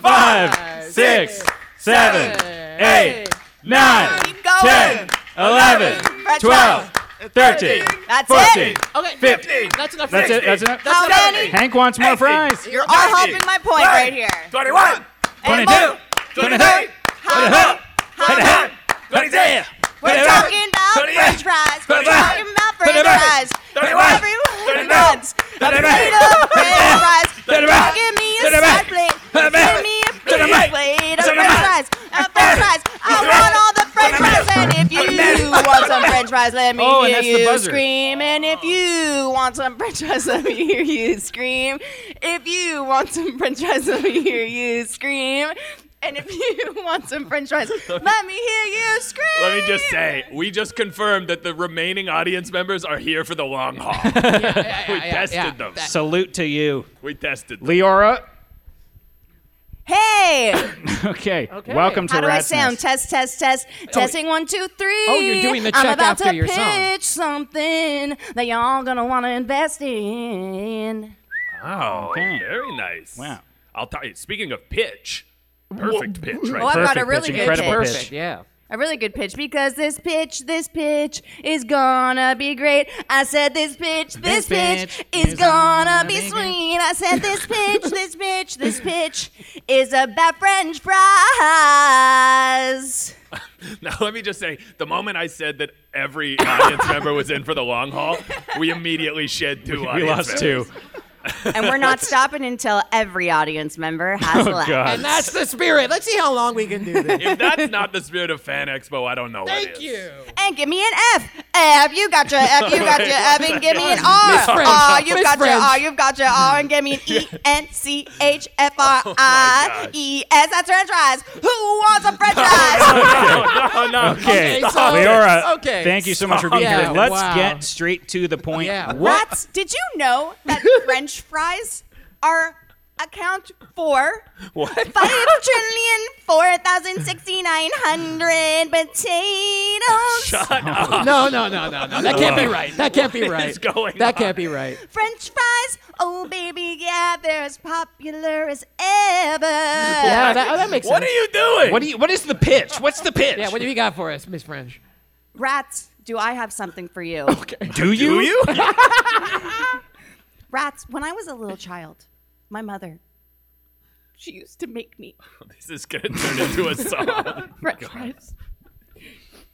five, six, seven, eight, nine,
Keep going.
10, 11,
French
12, 13,
That's
14,
it.
Okay.
15.
That's enough.
That's it. That's enough.
How many?
Hank wants more fries.
You're all helping my point right here.
21,
And
22,
Mark,
23,
How many? hot. We're talking about French fries. We're talking about French fries. Everyone wants a plate of French fries. Give me a side plate. Give me a big plate of French fries. Uh, French fries. I want all the French fries. And if you want some French fries, let me
<laughs> Oh, and
hear
that's the
you
buzzer. Oh.
scream. And if you want some French fries, let me hear you scream. If you want some French fries, let me hear you scream. And if you <laughs> want some French
<laughs>
fries, let me hear you scream.
Let me just say, we just confirmed that the remaining audience members are here for the long haul. <laughs> we tested them.
Salute to you.
We tested them.
Leora. <laughs>
Hey!
Okay. Welcome to
How do I
Rat's
sound?
Nest.
Test, test, test. Testing one, two, three.
Oh, you're doing the
I'm
check
about
after
to
your
pitch
song.
something that y'all gonna wanna invest in.
Wow. Oh, Very nice. Wow. I'll tell you. Speaking of pitch, perfect pitch right
Oh, I've
there.
got a Perfect really pitch, good incredible pitch. pitch.
Yeah.
A really good pitch because this pitch, this pitch is gonna be great. I said this pitch, this,
This
pitch,
pitch
is
is
gonna
gonna
be
be
sweet. I said
<laughs>
this pitch, this pitch, this pitch is about French fries.
<laughs> Now, let me just say, the moment I said that every audience member was in for the long haul, we immediately shed two
We- we
audience
lost
members.
And we're
<laughs>
not stopping until every audience member has
Oh,
left.
God.
And that's the spirit. Let's see how long we
<laughs>
can do this.
If that's not the spirit of Fan Expo, I don't know what is. <laughs>
you.
And give me an F. F, you got your F, you
<laughs>
got your F, and give me an R.
Miss French.
R, you
Miss
got your
French.
R, you got your R, and give me an E, N, C, H, F, R,
Oh my
I,
Oh gosh. Oh
E,
<laughs>
S. That's French fries. Who wants a French
no, Oh, no.
Okay.
Okay, so-
Oh, Leora,
okay.
uh, thank
<laughs>
you so much for being
Yeah,
here. Let's
wow.
get straight to the point.
What? Did you know that French fries are account for
What?
five trillion four thousand sixty nine hundred potatoes?
Shut
up. No, no, no, no, no. That can't be
Wow.
right. That can't be
What
right.
is going
that
on?
can't be right.
French fries, oh baby, yeah, they're as popular as ever.
Yeah, that, oh, that makes sense.
What do you? What is the pitch? What's the pitch?
Yeah, what do you got for us, Miss French?
Rats, do I have something for you? Okay.
Do you? you?
Rats, when I was a little child, my mother, she used to make me
This is going to turn into a song. <laughs>
French fries.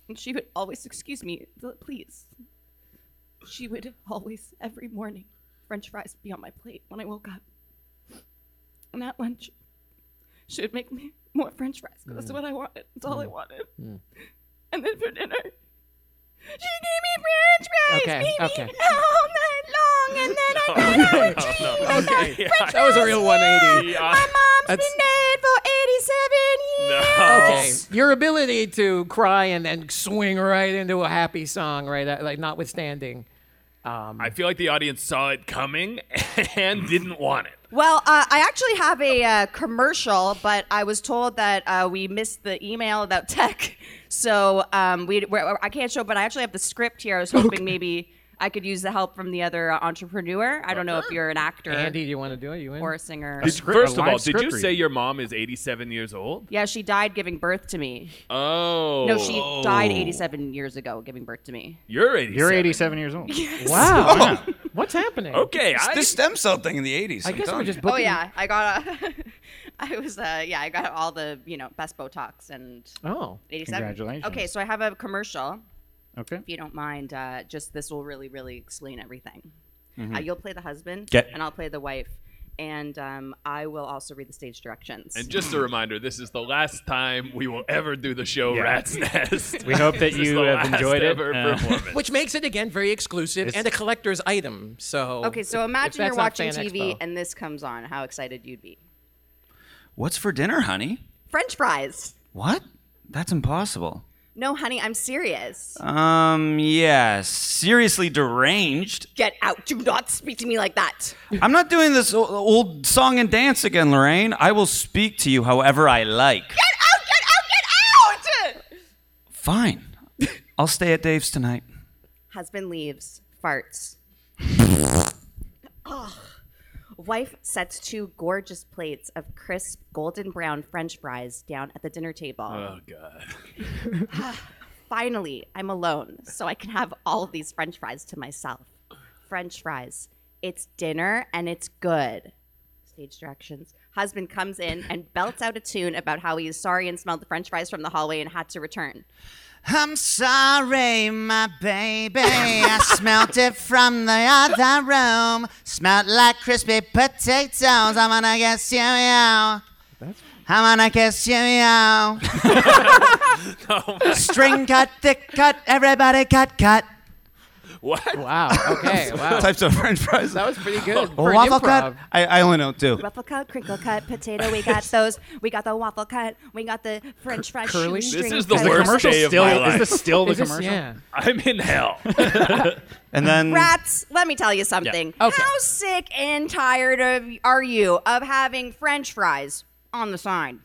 And she would always, excuse me, th- please. She would always, every morning, French fries would be on my plate when I woke up. And at lunch, she would make me more French fries. 'cause That's
Mm.
what I wanted. That's all I
Mm.
wanted.
Mm.
And then for dinner, she gave me French fries.
Okay,
baby,
okay.
All night long. And then I
No,
night I
no,
would
Oh,
no,
dream <laughs>
no.
about
Okay, yeah.
<laughs>
French
That was a
fries,
real 180.
yeah.
Yeah.
My mom's
That's-
been dead for 87 years.
Okay, your ability to cry and then swing right into a happy song, right? uh, Like notwithstanding. Um,
I feel like the audience saw it coming <laughs> and didn't want it.
Well, uh, I actually have a uh, commercial, but I was told that uh, we missed the email about <laughs> tech, so um, we we're, I can't show. But I actually have the script here. I was hoping maybe I could use the help from the other uh, entrepreneur. I don't know if you're an actor
Uh,
Andy, do you want to do it? <laughs> You in?
or a singer.
Did- first of all, did you say your mom is 87 years old?
Yeah, she died giving birth to me.
Oh.
No, she died 87 years ago giving birth to me.
You're 87.
You're 87 years old.
Yes.
Wow.
Oh.
What's happening?
Okay,
It's
I-
the stem cell thing in the 80s.
I guess
I'm
we're
telling
just
you.
Oh yeah, I got. A, <laughs> I was uh, yeah, I got all the you know best Botox and
Oh.
87.
Congratulations.
Okay, so I have a commercial.
Okay.
If you don't mind, uh, just this will really, really explain everything.
Mhm.
Mm-hmm.
Uh, you'll play the husband,
Get-
and I'll play the wife, and um, I will also read the stage directions.
And just a reminder, this is the last time we will ever do the show
Yeah.
Rat's Nest.
We hope that
This is
you
the
have
last
enjoyed it.
ever
Uh,
performance.
<laughs>
Which makes it again very exclusive
It's-
and a collector's item. So
okay, so
if- if
imagine you're
that's not
watching
Fan
TV
Expo.
and this comes on. How excited you'd be!
What's for dinner, honey?
French fries.
What? That's impossible.
No, honey, I'm serious.
Um, yeah, seriously deranged.
Get out! Do not speak to me like that.
I'm not doing this o- old song and dance again, Lorraine. I will speak to you however I like.
Get out! Get out! Get out!
Fine. I'll stay at Dave's tonight.
Husband leaves. Farts. Ugh. Wife sets two gorgeous plates of crisp golden brown french fries down at the dinner table.
Oh, God.
<sighs> Finally, I'm alone, so I can have all of these french fries to myself. French fries. It's dinner and it's good. Stage directions. husband comes in and belts out a tune about how he is sorry and smelled the french fries from the hallway and had to return.
I'm sorry, my baby. I smelt it from the other room. Smelt like crispy potatoes. I'm gonna kiss you, yo. I'm gonna kiss you,
<laughs>
yo. String cut, thick cut, everybody cut, cut.
What?
Wow.
<laughs>
Okay. Wow.
Types of French fries.
That was pretty good.
Oh,
for an
waffle
improv.
cut. I, I only know two.
Waffle cut, crinkle cut, potato. We got those. We got the waffle cut. We got the French fries.
curly? This
shoestring
is the
cut.
worst
commercial
day of
still-
my
is
life.
this still the
Is this-
commercial?
yeah. <laughs> I'm
<laughs>
in hell.
and then
Rats, let me tell you something.
Yeah. Okay.
How sick and tired of are you of having French fries on the sign?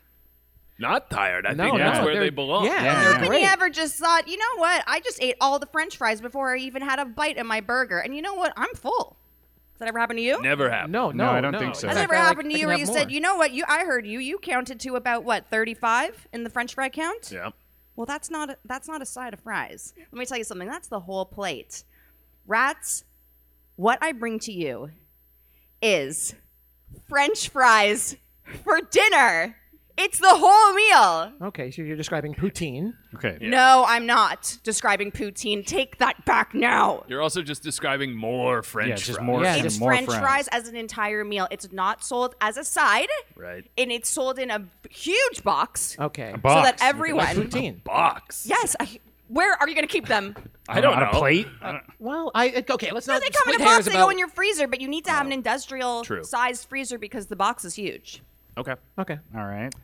Not tired. I
No,
think that's
no,
where they
they're-
belong.
yeah, Yeah. they're
When you ever just thought, you know what? I just ate all the French fries before I even had a bite of my burger, and you know what? I'm full. Has that ever happened to you?
Never happened.
No, no,
I don't
no.
think so.
That's
Has it ever
not gonna, like,
happened to
I
you
can
where
have
you
more.
said, you know what? You, I heard you. You counted to about what 35 in the French fry count.
Yeah.
Well, that's not a, that's not a side of fries. Let me tell you something. That's the whole plate. Rats, what I bring to you is French fries for dinner. It's the whole meal.
Okay, so you're describing poutine.
Okay.
No, I'm not describing poutine. Take that back now.
You're also just describing more French
Yeah, just
fries.
more- Yeah,
It's
more
French
fries.
fries as an entire meal. It's not sold as a side,
Right.
and it's sold in a huge box.
Okay.
box.
So that
Like
Like
<laughs>
everyone.
poutine.
Box.
Yes. I, where are you going to keep them?
I don't
On
know.
a plate? I don't-
Well, I it- okay. Let's
No,
not
they come
split
in a box.
hairs
They
about. Oh.
go in your freezer, but you need to have an industrial
True.
sized freezer because the box is huge.
Okay.
okay.
All right.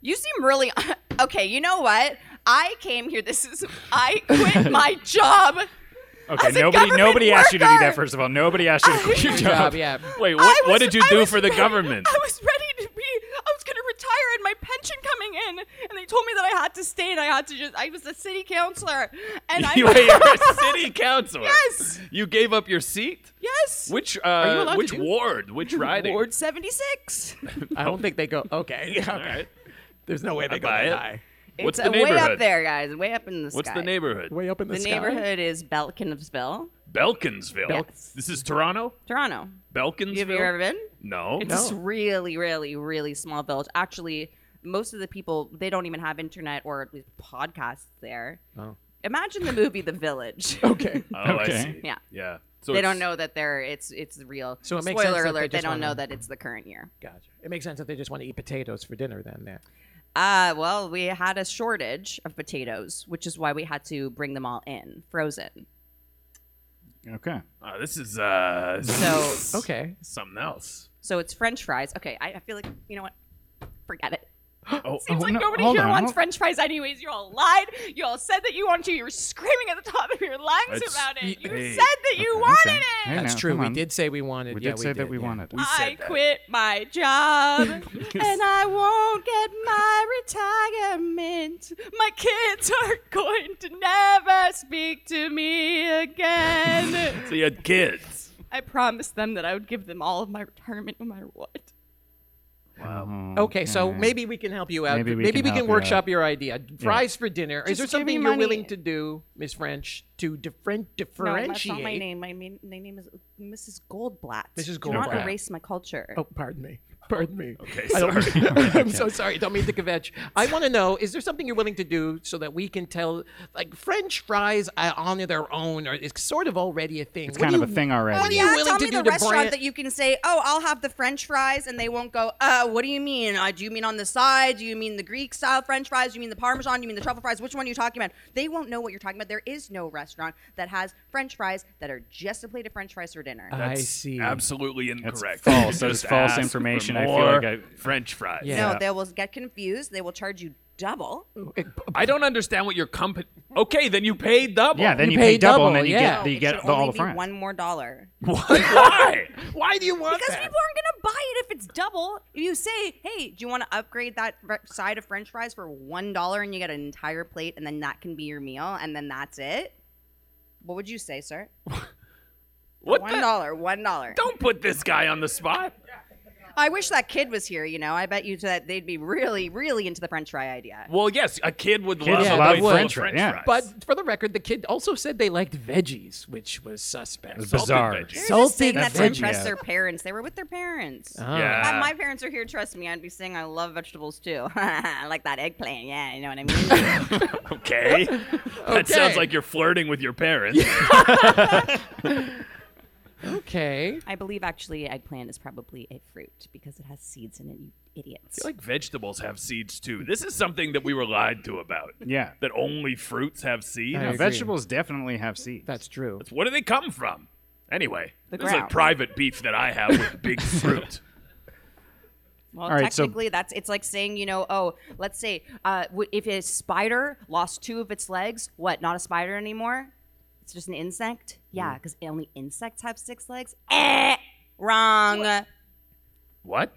You seem really <laughs> okay. You know what? I came here. This is
<laughs>
I quit my job.
Okay.
As a
Nobody
government
nobody asked you to do that.
worker.
First of all, nobody asked you to quit your
Good
job.
job. Yeah.
Wait,
I
what,
was-
what did you
I
do
was
for the
ready-
government?
I was ready to be. I was going to retire, and my pension coming in, and they told me that I had to stay, and I had to just. I was a city councilor,
<laughs>
and I.
you
<laughs>
were a city councilor.
Yes.
You gave up your seat?
yes.
Which
you allowed
uh,
to
which
do-
ward?
<laughs>
Which riding?
Ward-
Seventy
<laughs>
six.
I don't think they go. Okay. <laughs>
All right.
There's no way they go
buy
that
it.
high.
What's
it's
the
uh,
neighborhood?
way up there, guys. Way up in the
What's
sky.
the neighborhood?
Way up in the,
The
sky.
neighborhood is Belkinsville,
Belkinsville.
Yes.
This is Toronto?
Toronto.
Belkinsville?
Have you ever been?
No.
It's this really, really, really small village. Actually, most of the people they don't even have internet or at least podcasts there.
Oh.
Imagine the movie The <laughs> Village.
Okay.
Oh,
Okay.
I see.
Yeah.
Yeah. So
they
it's-
don't know that they're it's it's real.
So it makes
Spoiler
sense that they
alert: they,
just
don't
wanna-
know that it's the current year.
Gotcha. It makes sense that they just want to eat potatoes for dinner then. There.
Uh, well, we had a shortage of potatoes, which is why we had to bring them all in frozen.
Okay.
Oh, this is uh <laughs>
So-
Okay.
something
<gasps>
else.
So it's French fries. Okay, I, I feel like you know what? Forget it.
Oh,
Seems like
no,
nobody
hold
here
on,
wants
hold-
French fries, anyways. You all lied. You all said that you wanted to. You were screaming at the top of your lungs
It's-
about it. You
hey,
said that you
okay,
wanted
okay.
it.
Hey,
That's
now,
true.
come
We
on.
did say we wanted.
We
yeah,
did say that we
yeah.
wanted.
said
I
that.
quit my job <laughs>
<laughs>
and I won't get my retirement. My kids are going to never speak to me again.
So you had kids.
I promised them that I would give them all of my retirement no matter what.
Okay, so maybe we can help you out. Maybe we can,
help you
workshop your idea. Fries for dinner. Is
Just
there
give me
something you're
money.
willing to do, Miss French, to different
No, that's
differentiate?
not my name. My, main, my name is Mrs. Goldblatt.
Mrs.
Do not
Goldblatt.
erase my culture.
Oh, pardon me. Pardon me. Okay,
sorry.
<laughs> I'm so sorry. Don't mean to kvetch. I want to know: is there something you're willing to do so that we can tell, like French fries uh, on their own, or it's sort of already a thing?
It's
What
kind
do
of a
you-
thing already.
What are you
Yeah,
willing
tell
to
me
do
the
to
restaurant
brand-
that you can say, "Oh, I'll have the French fries," and they won't go, "Uh, what do you mean? Uh, do you mean on the side? Do you mean the Greek style French fries? Do you mean the Parmesan? Do you mean the truffle fries? Which one are you talking about?" They won't know what you're talking about. There is no restaurant that has French fries that are just a plate of French fries for dinner.
Uh,
I
That's
see.
Absolutely
That's
incorrect.
false. That
Just
is false
ask for
information. I feel
more
like I-
French fries.
Yeah.
no, they will get confused. They will charge you double.
I don't understand what your company. Okay, then you pay double.
Yeah, then
You
you,
pay
pay double, and
double,
then you
yeah.
get, you
It
get
should
the, all
only
the
be
fries.
one more dollar.
<laughs> why?
Why do you want
Because
that?
people aren't going to buy it if it's double. If you say, hey, do you want to upgrade that re- side of french fries for $1 and you get an entire plate and then that can be your meal and then that's it? What would you say, sir?
What
$1,
the?
$1.
Don't put this guy on the spot.
I wish that kid was here. You know, I bet you that they'd be really, really into the French fry idea.
Well, yes, a kid would
Kids
love
love
a
French fries,
French, French
yeah.
fries.
But for the record, the kid also said they liked veggies, which was suspect.
It's bizarre.
Salted
They're
veggies.
just Salted
Saying that to impress their parents. They were with their parents.
Uh-huh. Oh.
Ah. Yeah.
Uh,
If my parents are here. Trust me, I'd be saying I love vegetables too. <laughs> I like that eggplant. Yeah, you know what I mean. <laughs>
Okay. That sounds like you're flirting with your parents.
okay.
I believe actually eggplant is probably a fruit because it has seeds in it. You idiots.
I feel like vegetables have seeds too. This is something that we were lied to about.
Yeah.
That only fruits have seeds.
Yeah, vegetables definitely have seeds.
That's true.
Where do they come from? Anyway,
The
this is like
ground.
private beef that I have
<laughs>
with big fruit.
Well,
All right, so-
technically, that's it's like saying you know, oh, let's say uh, w- if a spider lost two of its legs, what? Not a spider anymore. It's just an insect. Yeah, because only insects have six legs. Eh, wrong.
What?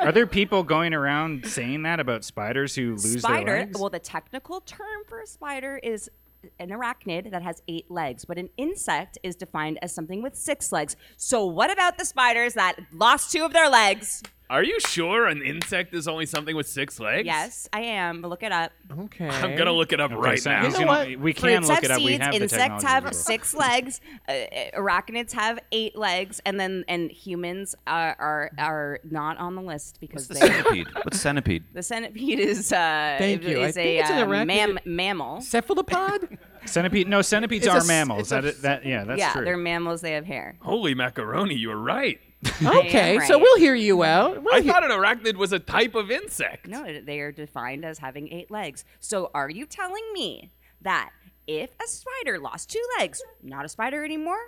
Are there people going around saying that about spiders who lose their
Spider.
legs?
Well, the technical term for a spider is an arachnid that has eight legs, but an insect is defined as something with six legs. So, what about the spiders that lost two of their legs?
Are you sure an insect is only something with six legs?
Yes, I am. Look it up.
Okay.
I'm gonna look it up right
so
now.
he's You know gonna- what? we can
Fruits
look
have
it up. We
seeds.
have the
Insects
technology to do
have
it.
six legs. Uh, arachnids have eight legs, and then and humans are are, are not on the list because
The
they.
centipede. What's centipede?
The centipede is uh,
Thank you. I
is a
think it's an
uh,
arachnid-
mam- mammal. <laughs>
Cephalopod?
Centipede? No, centipedes
It's a
are
s- it's
mammals.
a
That, i- that yeah, that's
yeah,
true.
they're mammals. They have hair.
Holy macaroni, you were right.
okay, so
right.
we'll hear you out. We'll
I
hear-
thought an arachnid was a type of insect.
No, it- they are defined as having eight legs. So are you telling me that if a spider lost two legs, not a spider anymore?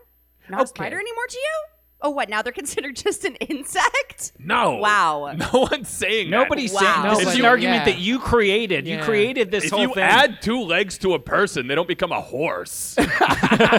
Not a spider anymore to you? Oh, what? Now they're <laughs> considered just an insect?
No.
Wow.
No one's saying that.
Nobody's saying this is an argument that you created. You created this
if
whole
you
thing.
add two legs to a person, they don't become
<laughs>
a horse. <laughs>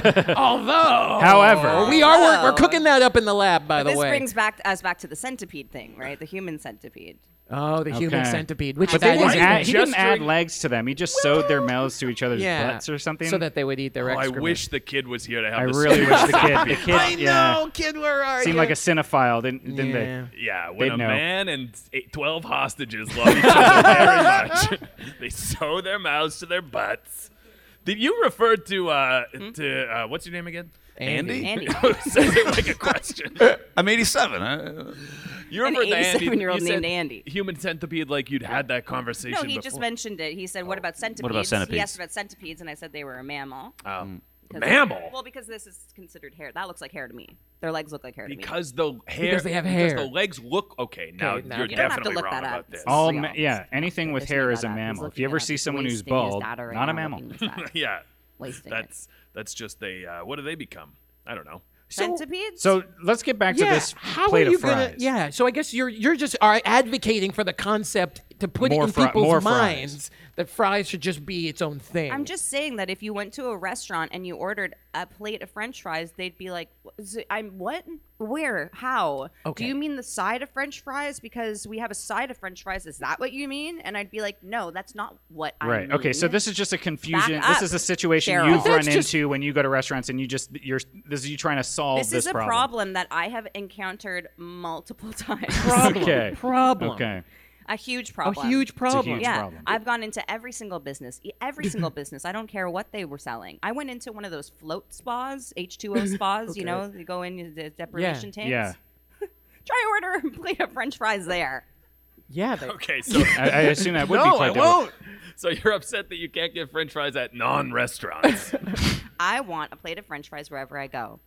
Although,
However-
we are we're, we're cooking that up in the lab, by
But
the
this
way.
brings back us back to the centipede thing, right? The human centipede.
oh, the human
Okay.
centipede, which
but
that
they didn't
is
add, he didn't
gesturing-
add legs to them. He just sewed their mouths to each other's
Yeah,
butts or something.
so that they would eat their
Oh,
Oh, I
excrement.
wish the kid was here to have.
I
this
really wish the kid. The
conversation.
kid. yeah,
kid, where are
Seemed like a cinephile, didn't, didn't
Yeah.
they?
Yeah, when
They'd
a
know.
man and eight, twelve hostages love each other very much, <laughs> they sew their mouths to their butts. Did you refer to uh, to uh, what's your name again?
Andy.
<laughs>
Andy.
Says it like a question.
I'm 87. I-
You
An
referred to Andy.
87-year-old
you said
named Andy.
Human centipede, like you'd had that conversation.
No, he
before.
just mentioned it. He said, "What about centipedes?" He
centipedes?
asked about centipedes, and I said they were a mammal.
Um,
Because-
mammal.
Well, because this is considered hair. That looks like hair to me. Their legs look like hair to me.
because the hair
Because they have hair.
the legs look okay. Now
now-
you're
You
don't have to
definitely
look
wrong
that up.
about this.
All ma- yeah, anything with hair is a mammal. If you ever see someone who's
wasting his
bald,
data right
not a
now
mammal.
looking this up.
<laughs>
<laughs>
yeah,
Wasting it.
that's that's just they. Uh, what do they become? I don't know.
Centipedes?
So let's get back to this
How
plate
are you
of fries.
gonna? Yeah. So I guess you're you're just are advocating for the concept to put
More
it in
fri-
people's
more fries.
minds that fries should just be its own thing.
I'm just saying that if you went to a restaurant and you ordered a plate of French fries, they'd be like, "Wh- is it- "I'm what? Where? How?
Okay.
Do you mean the side of French fries? Because we have a side of French fries. Is that what you mean?" And I'd be like, "No, that's not what I
Right.
mean."
Okay. So this is just a confusion.
Back
This
up,
is a situation
Cheryl.
you've
But
run
that's just-
into when you go to restaurants and you just you're this is you trying to solve this,
This is a problem. that I have encountered multiple <laughs> times.
<laughs> Okay.
Problem.
Okay.
a huge
A
problem.
huge problem.
huge
yeah,
problem.
I've gone into every single business, e- every single <laughs> business. I don't care what they were selling. I went into one of those float spas, H2O spas. You know, you go in the deprivation tanks.
Yeah.
Try order a <laughs> plate of French fries there.
Yeah.
<laughs>
They,
<laughs> Okay, so
I, I assume that would be
No,
quite
I
difficult.
won't. so you're upset that you can't get French fries at non-restaurants.
I want a plate of French fries wherever I go.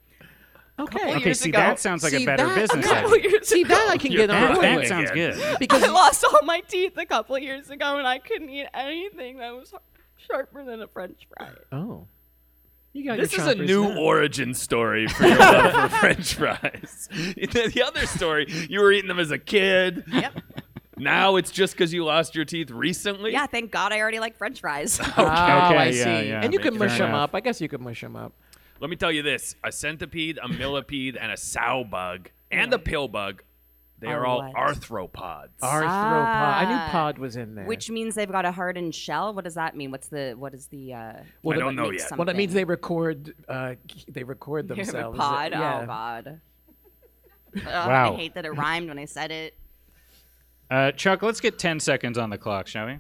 okay.
Okay. See, that sounds like
See,
a better
that- <laughs>
business.
okay.
idea.
See that I can
You're
get on
back.
board
That
with.
sounds
again.
good.
because
I lost all my teeth a couple years ago, and I couldn't eat anything that was har- sharper than a French fry.
oh, you got
This
your
is a
chompers
new
now.
origin story for your love for French fries. <laughs> The, the other story, you were eating them as a kid. Yep. Now it's just because you lost your teeth recently.
Yeah, thank God I already like French fries.
Oh, I
Ah, Okay,
see.
yeah, yeah.
And you can
Fair
mush them
enough.
up. I guess you could mush them up.
Let me tell you this: a centipede, a millipede, and a sow bug, and a pill bug. They are
Are
all
what?
arthropods.
Arthropod.
Ah.
I knew pod was in there.
Which means they've got a hardened shell. What does that mean? What's the what is the uh
I
Well,
don't know
makes
yet.
some-
Well, that means
something.
<laughs> they record. Uh, they record
They have a
themselves.
pod?
Yeah.
Oh god. Oh, Ugh,
Wow.
I hate that it rhymed when I said it.
Uh, Chuck, let's get 10 seconds on the clock, shall we?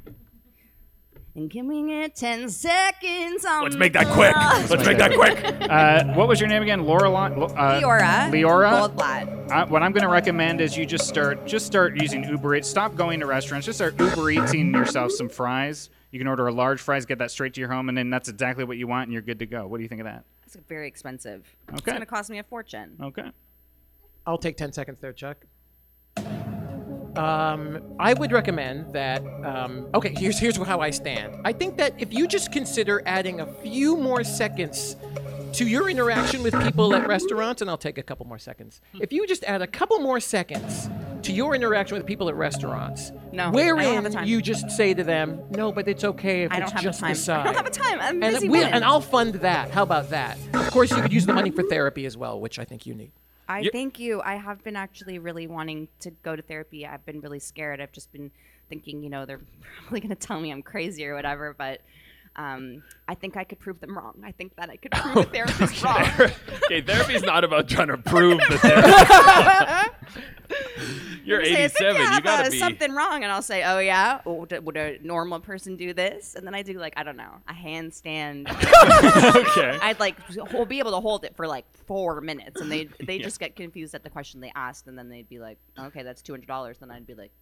And give me it 10 seconds on
Let's make that quick.
the-
Let's make that quick. Uh, what was your name again? Laura? Lon- Lo- uh,
Leora.
Leora.
Goldblatt.
I, what I'm going to recommend is you just start just start using Uber Eats. Stop going to restaurants. Just start Uber Eating yourself some fries. You can order a large fries, get that straight to your home, and then that's exactly what you want, and you're good to go. What do you think of that?
It's very expensive. It's
Okay.
going to cost me a fortune.
Okay.
I'll take 10 seconds there, Chuck. Um, I would recommend that. Um, okay, here's here's how I stand. I think that if you just consider adding a few more seconds to your interaction with people at restaurants, and I'll take a couple more seconds.
Hmm.
If you just add a couple more seconds to your interaction with people at restaurants,
No, I don't have
wherein
the time.
you just say to them, "No, but it's okay if
I don't
it's
have the
just
time.
this side."
I don't have a time. I'm a
and,
busy
we-
woman.
and I'll fund that. How about that? Of course, you could use the money for therapy as well, which I think you need.
I
Ye-
thank you. I have been actually really wanting to go to therapy. I've been really scared. I've just been thinking, you know, they're <laughs> probably going to tell me I'm crazy or whatever, but um, I think I could prove them wrong. I think that I could prove a
<laughs>
therapist wrong.
<laughs> okay, therapy's not about trying to prove
<laughs>
that therapy. You're
Say, I think
87.
I
You
have,
gotta
uh,
be. <laughs>
something wrong, and I'll say, "Oh yeah, oh, d- would a normal person do this?" And then I do like I don't know, a handstand. <laughs>
okay.
I'd like will be able to hold it for like four minutes, and they they
Yeah.
just get confused at the question they asked, and then they'd be like, "Okay, that's two hundred dollars." Then I'd be like,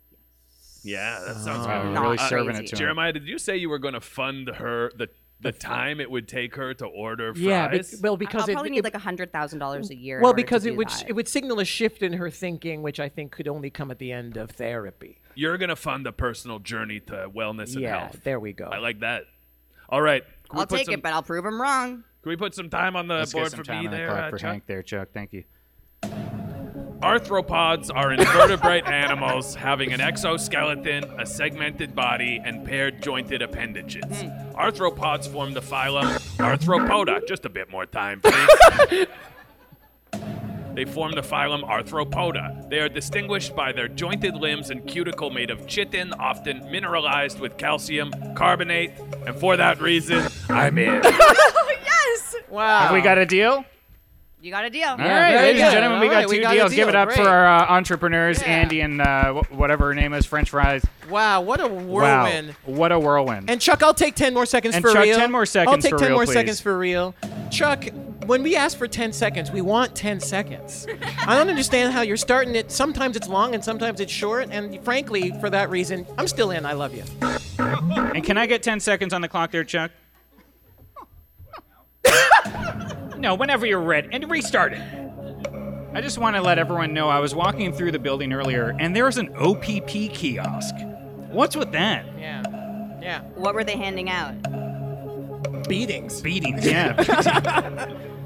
Yeah, that
Oh,
sounds
Wow,
good.
really Not serving it crazy. to him.
Jeremiah, did you say you were going to fund her the the time it would take her to order fries?
Yeah, bec- well, because
I'll
it-
probably
it-
need like hundred thousand dollars a year. in
Well,
order to
because it
do
would
that.
it would signal a shift in her thinking, which I think could only come at the end of therapy.
You're going to fund the personal journey to wellness and
Yeah,
health.
there we go.
I like that. All right. Can we
I'll
put
take
some-
it, but I'll prove him wrong.
Can we put some time on the
Let's
board
get some
for
time
me
on the
there,
clock
uh,
for
Chuck?
Hank there, Chuck. Thank you.
Arthropods are invertebrate animals having an exoskeleton, a segmented body, and paired jointed appendages. Arthropods form the phylum Arthropoda. Just a bit more time, please. <laughs> they form the phylum Arthropoda. They are distinguished by their jointed limbs and cuticle made of chitin, often mineralized with calcium carbonate, and for that reason, I'm in.
yes. Wow.
Have we got a deal?
You got a deal.
All right, ladies and gentlemen, we got two deals. Give it up for
Great.
our uh, entrepreneurs, Andy and uh, wh- whatever her name is, French fries.
Wow, what a whirlwind!
Wow, what a whirlwind!
And Chuck, I'll take ten more seconds
And
for
Chuck,
real.
10 more
I'll
seconds
take
for
ten
real,
more
please.
seconds for real. Chuck, when we ask for ten seconds, we want ten seconds. I don't understand how you're starting it. Sometimes it's long and sometimes it's short. And frankly, for that reason, I'm still in. I love you.
And can I get 10 seconds on the clock there, Chuck? no, whenever you're ready. And restart it. I just want to let everyone know I was walking through the building earlier and there was an OPP kiosk. What's with that?
Yeah. Yeah.
What were they handing out?
Beatings.
Beatings, yeah.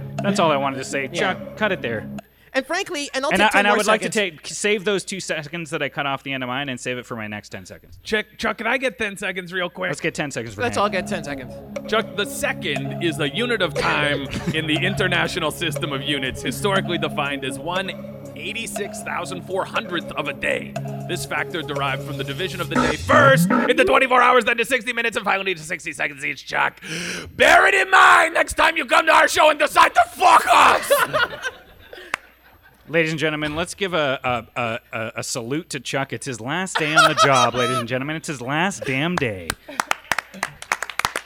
<laughs> That's all I wanted to say.
Yeah.
Chuck, cut it there.
And frankly, and I'll
and
take
I,
ten
and I
more
would like to
seconds.
take save those two seconds that I cut off the end of mine and save it for my next 10 seconds.
Check, Chuck, can I get 10 seconds real quick?
Let's get 10 seconds for
Let's
Hank.
all get ten seconds.
Chuck, the second is a unit of time in the international system of units, historically defined as one 86,400th of a day. This factor derived from the division of the day first into 24 hours, then to 60 minutes, and finally to 60 seconds each, Chuck. Bear it in mind next time you come to our show and decide to fuck <laughs> us!
Ladies and gentlemen, let's give a, a, a, a, a salute to Chuck. It's his last day on the job, ladies and gentlemen. It's his last damn day.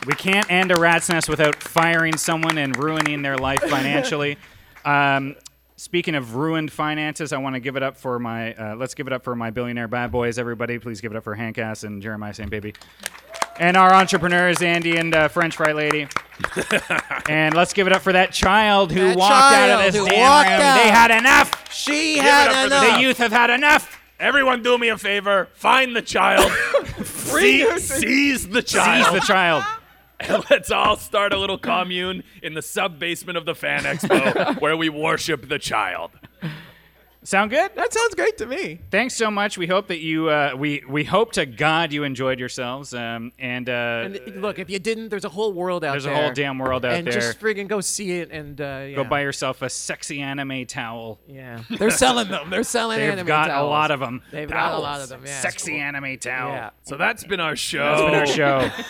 We can't end a rat's nest without firing someone and ruining their life financially. Um, speaking of ruined finances, I want to give it up for my. Uh, let's give it up for my billionaire bad boys, everybody. Please give it up for Hank Ass and Jeremiah St. Baby, and our entrepreneurs Andy and uh, French Fry
<laughs>
Lady. and let's give it up for that child who
That
walked out
child
of this
who
damn
walked
room.
out.
They had enough.
She
Give it had up for enough.
The youth have had enough.
Everyone, do me a favor find the <laughs> child,
Bring her
See,
to-
seize the
Seize
child.
the child.
And <laughs> let's all start a little commune in the sub basement of the Fan Expo where we worship the child.
Sound good?
That sounds great to me.
Thanks so much. We hope that you, uh, we, we hope to God you enjoyed yourselves. Um, and, uh,
And uh, look, if you didn't, there's a whole world out
There's a
there.
whole damn world out
and
there.
just friggin' go see it and uh, yeah.
go buy yourself a sexy anime towel.
Yeah. They're selling them. They're selling
They've
anime
got a
towels.
lot of them.
They've got a lot of them, yeah.
Sexy anime towel.
So that's been our show.
That's been our show.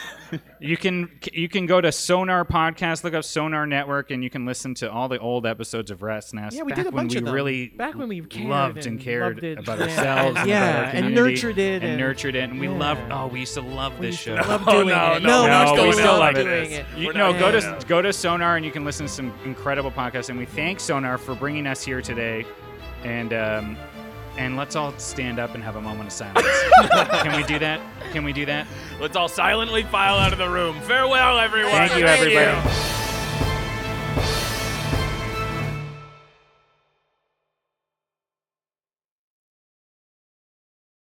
<laughs> you can you can go to Sonar Podcast, look up Sonar Network, and you can listen to all the old episodes of Rat's Nest.
Yeah, we
back
did a
when
bunch
we
of them.
really
Back when we cared
loved and,
and
cared
loved it.
about
Yeah.
ourselves, and
Yeah,
about our
and
community
nurtured it
and,
and-
nurtured it, and we loved. Oh, we used to love this show.
Oh,
love doing
no,
it.
No,
No, we used to
we
love
still love
doing it.
it. You-
We're
no,
not
go
doing
to
it.
go to Sonar, and you can listen to some incredible podcasts. And we thank Sonar for bringing us here today, and. Um, and let's all stand up and have a moment
<laughs>
of silence. Can we do that? Can we do that?
Let's all silently file out of the room. Farewell, everyone.
Thank you, everybody.
you.